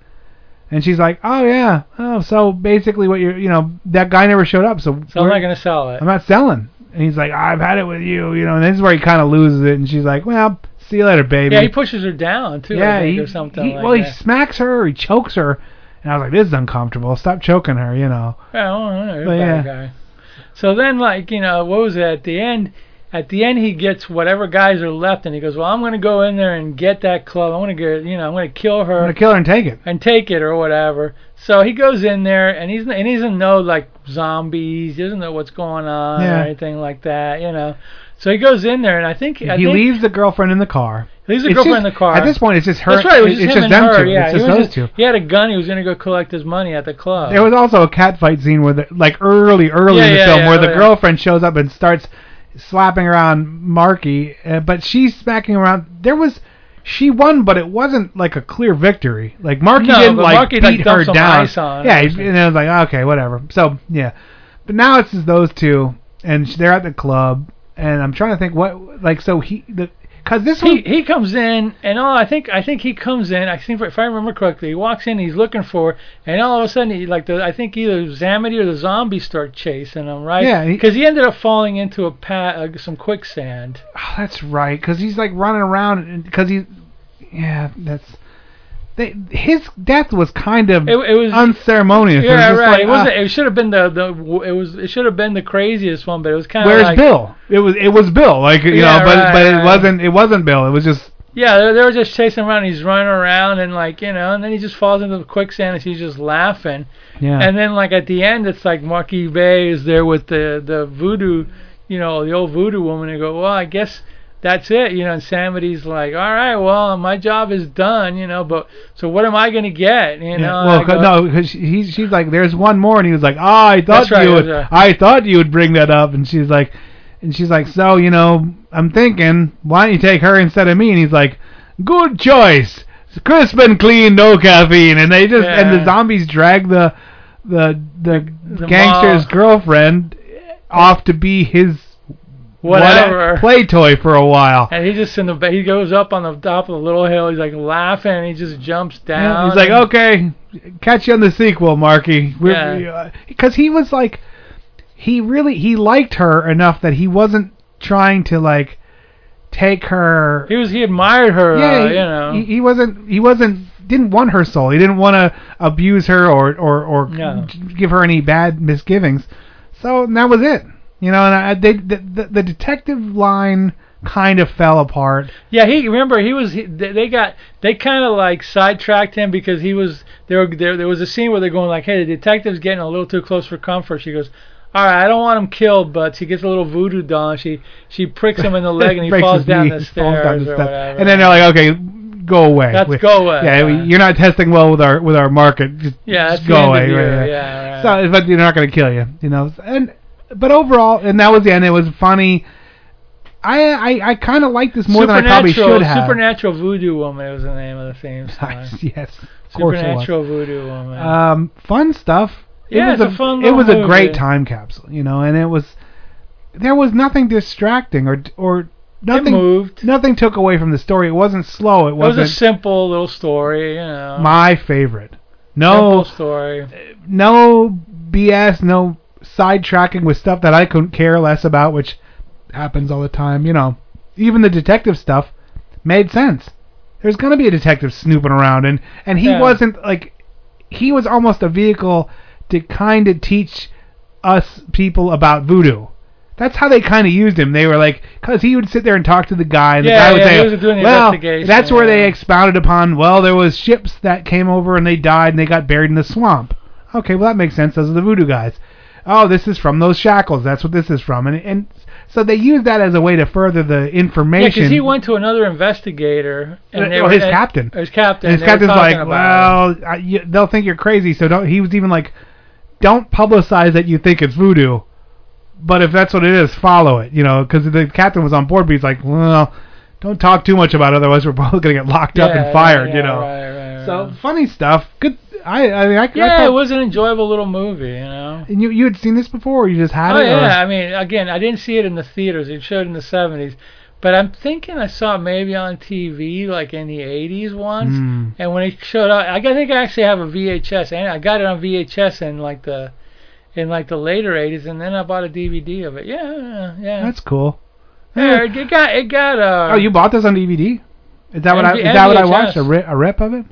A: and she's like, "Oh yeah, oh so basically what you're, you know, that guy never showed up, so,
B: So I'm
A: we're-
B: not gonna sell it.
A: I'm not selling." And he's like, "I've had it with you, you know." And this is where he kind of loses it, and she's like, "Well, see you later, baby."
B: Yeah, he pushes her down too. I
A: Yeah,
B: think,
A: he,
B: or something
A: he-
B: like
A: well, he
B: that.
A: smacks her, or he chokes her, and I was like, "This is uncomfortable. Stop choking her," you know.
B: Yeah, all right, you're a
A: But,
B: bad
A: yeah.
B: guy. So then, like you know, what was it at the end? At the end, he gets whatever guys are left, and he goes, "Well, I'm gonna go in there and get that club. I'm gonna get, you know, I'm gonna kill her
A: I'm gonna kill her and take it.
B: and take it or whatever." So he goes in there, and he's and he doesn't know like zombies. He doesn't know what's going on
A: Yeah.
B: or anything like that, you know. So he goes in there, and I think I
A: he
B: think
A: leaves the girlfriend in the car.
B: He leaves the
A: It's
B: girlfriend
A: just-
B: in the car.
A: At this point, it's just her.
B: That's right. It was
A: it's
B: just him and
A: them
B: her.
A: two.
B: Yeah,
A: it's
B: he
A: just
B: was
A: those
B: just-
A: two.
B: He had a gun. He was gonna go collect his money at the club.
A: There was also a cat fight scene where, the, like early, early
B: Yeah,
A: in the
B: yeah,
A: film,
B: yeah,
A: where the
B: earlier.
A: girlfriend shows up and starts slapping around Marky, uh, but she's smacking around. There was. She won, but it wasn't like a clear victory. Like Marky
B: No,
A: didn't
B: but
A: like
B: Marky, like,
A: beat
B: dumped
A: her
B: some
A: down.
B: ice on her
A: yeah,
B: or
A: he- and I was like, oh, okay, whatever. So yeah, but now it's just those two, and sh- they're at the club, and I'm trying to think what like so he the because this
B: he
A: one
B: he comes in and all I think I think he comes in I think if I remember correctly he walks in he's looking for and all of a sudden he like the I think either Zamity or the zombies start chasing him right
A: Yeah, he-
B: because he, ended up falling into a pat uh, some quicksand
A: Oh, that's right, because he's like running around because he, yeah, that's. They, his death was kind of
B: It- it was-
A: unceremonious.
B: yeah
A: it was just
B: right
A: like,
B: it wasn't
A: ah,
B: it should have been the the it was it should have been the craziest one but it was kind of
A: where's
B: like,
A: Bill? It was it was Bill, like you
B: Yeah,
A: know, but
B: right,
A: but it
B: right.
A: wasn't it wasn't Bill. It was just
B: yeah they, they were just chasing around he's running around and like you know and then he just falls into the quicksand and she's just laughing
A: yeah.
B: And then like at the end, it's like Marky Bay is there with the the voodoo, you know, the old voodoo woman, and go, well, I guess that's it, you know. And Samity's like, all right, well, my job is done, you know, but so what am I gonna get, you know?
A: yeah. Well,
B: and I go,
A: 'cause- no, because he's she's like, there's one more, and he was like, ah, I thought
B: That's right,
A: you would,
B: that's
A: I thought you would bring that up, and she's like, and she's like, so you know, I'm thinking, why don't you take her instead of me? And he's like, good choice, crisp and clean, no caffeine, and they just and
B: Yeah.
A: the zombies drag the the the,
B: the
A: gangster's
B: mob.
A: girlfriend off to be his what-
B: Whatever.
A: play toy for a while.
B: And he just in the ba- he goes up on the top of the little hill. He's like laughing. and He just jumps down.
A: He's like,
B: and-
A: okay, catch you on the sequel, Marky. Because he was like, he really he liked her enough that he wasn't trying to like take her.
B: He was he admired her. uh,
A: yeah,
B: you
A: he,
B: know.
A: he, he wasn't. He wasn't. Didn't want her soul. He didn't want to abuse her or or or
B: No.
A: give her any bad misgivings. So and that was it. You know, and I, they the, the the detective line kind of fell apart.
B: Yeah, he remember he was he, they they got they kind of like sidetracked him because he was there there there was a scene where they're going like, "Hey, the detective's getting a little too close for comfort." She goes, "All right, I don't want him killed, but she gets a little voodoo doll and she she pricks him in the leg and he
A: Breaks
B: falls
A: his
B: down
A: knee,
B: the
A: falls down
B: stairs
A: the
B: or
A: steps.
B: whatever."
A: And then uh, they're like, okay, go away.
B: That's
A: We-
B: go away,
A: Yeah, we-
B: right.
A: you're not testing well with our with our market. Just,
B: Yeah, that's
A: just
B: the
A: go
B: end
A: away.
B: of you,
A: right, right.
B: yeah, right.
A: So, but they're not going to kill you, you know. And but overall, and that was the end. It was funny. I I, I kind of liked this more than I probably
B: Supernatural-
A: should have.
B: Supernatural Voodoo Woman was the name of the theme song.
A: yes, of course it was.
B: Supernatural Voodoo Woman.
A: Um, fun stuff. It
B: Yeah,
A: was
B: it's a fun
A: It
B: little
A: was a great
B: movie.
A: time capsule, you know, and it was there was nothing distracting or or nothing
B: moved.
A: nothing took away from the story. It wasn't slow. It
B: it was
A: wasn't
B: a simple little story, you know.
A: my favorite.
B: simple
A: No,
B: story.
A: no BS, no sidetracking with stuff that I couldn't care less about, which happens all the time. You know, even the detective stuff made sense. There's gonna be a detective snooping around, and and he
B: Yeah.
A: wasn't like he was almost a vehicle to kind of teach us people about voodoo. That's how they kind of used him. They were like, because he would sit there and talk to the guy, and
B: Yeah,
A: the guy would
B: yeah,
A: say,
B: he was doing the
A: "Well,
B: investigation,
A: that's where they
B: yeah.
A: expounded upon. Well, there was ships that came over and they died and they got buried in the swamp. Okay, well that makes sense. Those are the voodoo guys. Oh, this is from those shackles. That's what this is from, and and so they used that as a way to further the
B: Yeah,
A: information.
B: because he went to another investigator,
A: Uh,
B: and they
A: or
B: were,
A: his
B: and-
A: captain.
B: His captain.
A: And his
B: they were
A: captain's like,
B: talking about it.
A: well, I, you, they'll think you're crazy, so don't. He was even like, don't publicize that you think it's voodoo, but if that's what it is, follow it. You know, because the captain was on board, but he's like, well, don't talk too much about it, otherwise we're both gonna get locked up
B: Yeah,
A: and fired.
B: yeah,
A: you know.
B: right, right, right.
A: So funny stuff. Good. I I, mean, I, I
B: yeah,
A: thought-
B: it was an enjoyable little movie, you know.
A: And you you had seen this before, or you just had
B: oh
A: it? or-
B: yeah, I mean, again, I didn't see it in the theaters. It showed in the '70s, but I'm thinking I saw it maybe on TV, like in the '80s once.
A: Mm.
B: And when it showed up, I got- I think I actually have a VHS, and I got it on VHS in like the in like the later '80s, and then I bought a DVD of it. Yeah, yeah.
A: that's cool.
B: Yeah, it got it got. Uh,
A: Oh, you bought this on DVD? Is that what I
B: NV-
A: is that what I watched?
B: NVHS.
A: A, ri- a rip of it?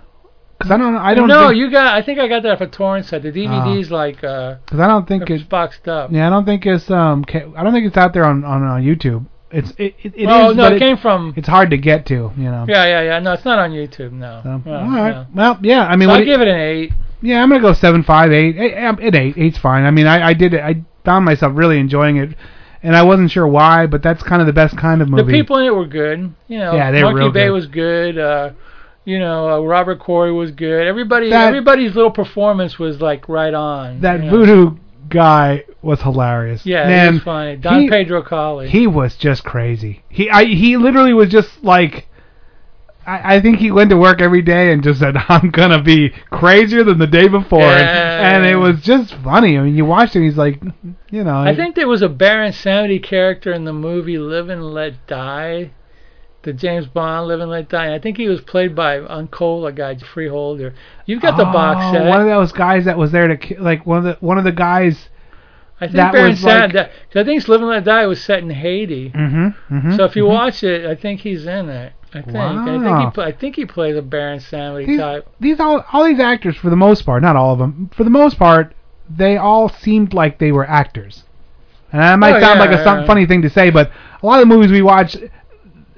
A: Because I don't I don't
B: No,
A: think,
B: you got. I think I got that for torrent site. The DVD's like uh,
A: because I don't think it.
B: boxed up.
A: Yeah, I don't think it's um. ca- I don't think it's out there on on uh, YouTube. It's it it, it
B: Well,
A: is,
B: no,
A: but
B: it came from-
A: It's hard to get to, you know.
B: Yeah, yeah, yeah. No, it's not on YouTube. No. No,
A: Um, All right.
B: no.
A: Well, yeah. I mean,
B: so
A: what
B: I
A: it-
B: give it an eight.
A: Yeah, I'm gonna go seven, five, eight. Eh, eh, At eight, eight's fine. I mean, I, I did it. I found myself really enjoying it, and I wasn't sure why, but that's kind of the best kind of movie.
B: The people in it were good. You know,
A: Yeah, they were
B: Monkey
A: real
B: Bay
A: good.
B: was good. Uh, you know, uh, Robert Corey was good. Everybody,
A: That-
B: everybody's little performance was like right on.
A: that
B: you know.
A: voodoo guy was hilarious.
B: Yeah,
A: Man,
B: he was funny. Don
A: he-
B: Pedro Colley.
A: He was just crazy. He I he literally was just like I, I think he went to work every day and just said, I'm gonna be crazier than the day before
B: Yeah.
A: and, and it was just funny. I mean you watched him, he's like you know
B: I think there was a Baron Samedi character in the movie Live and Let Die, the James Bond Live and Let Die. and I think he was played by Uncola guy, Freeholder. You've got the box
A: Oh,
B: set.
A: One of those guys that was there to ki- like one of the one of the guys
B: I think
A: that
B: Baron
A: was like-
B: Samedi. I think Live and Let Die was set in Haiti.
A: Mm-hmm. mm-hmm
B: So if you watch it, I think he's in it. I think. I think
A: Wow.
B: he. Pl- I think he plays a Baron Samedi
A: these,
B: type.
A: these all all these actors for the most part, not all of them, for the most part, they all seemed like they were actors. And that might
B: Oh,
A: sound
B: yeah,
A: like a some-
B: yeah.
A: funny thing to say, but a lot of the movies we watch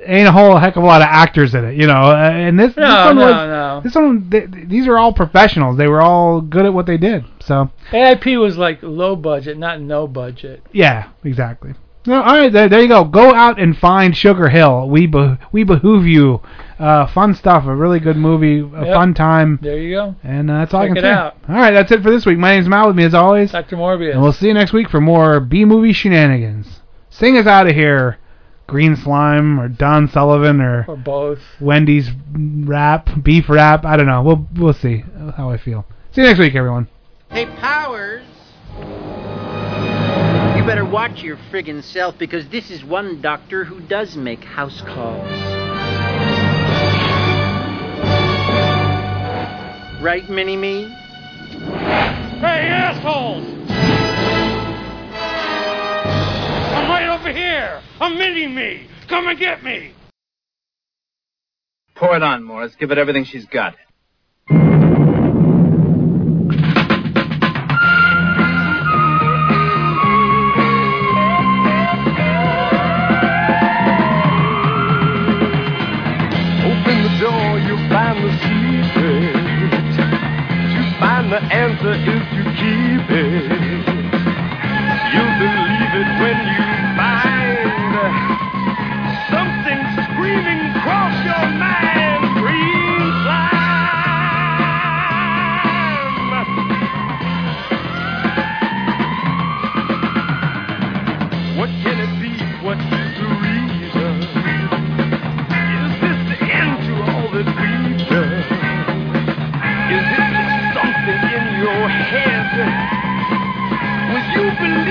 A: ain't a whole heck of a lot of actors in it, you know. uh, And this
B: No,
A: this one
B: no,
A: was,
B: no.
A: this one th- th- these are all professionals. They were all good at what they did. So
B: AIP was like low budget, not no budget.
A: yeah, exactly. No, all right, there, there you go. Go out and find Sugar Hill. We be- we behoove you. Uh, fun stuff. A really good movie. A
B: Yep.
A: fun time.
B: There you go.
A: And uh, that's all I
B: Check
A: can
B: it
A: say.
B: out.
A: All right, that's it for this week. My name's Mal with me as always.
B: Dr. Morbius.
A: And we'll see you next week for more B movie shenanigans. Sing us out of here, Green Slime or Don Sullivan or,
B: or both.
A: Wendy's rap, beef rap. I don't know. We'll we'll see how I feel. See you next week, everyone.
Q: Hey, Powers! You better watch your friggin' self because this is one doctor who does make house calls. Right, Mini Me?
H: Hey, assholes! I'm right over here! I'm mini me! Come and get me!
R: Pour it on, Morris. Give it everything she's got.
K: Open the door, you find the secret. You find the answer if you keep it. You'll believe it when you find something screaming across your mind. Green slime. What can it be? What is the reason? Is this the end to all that we've done? Is it just something in your head? Will you believe?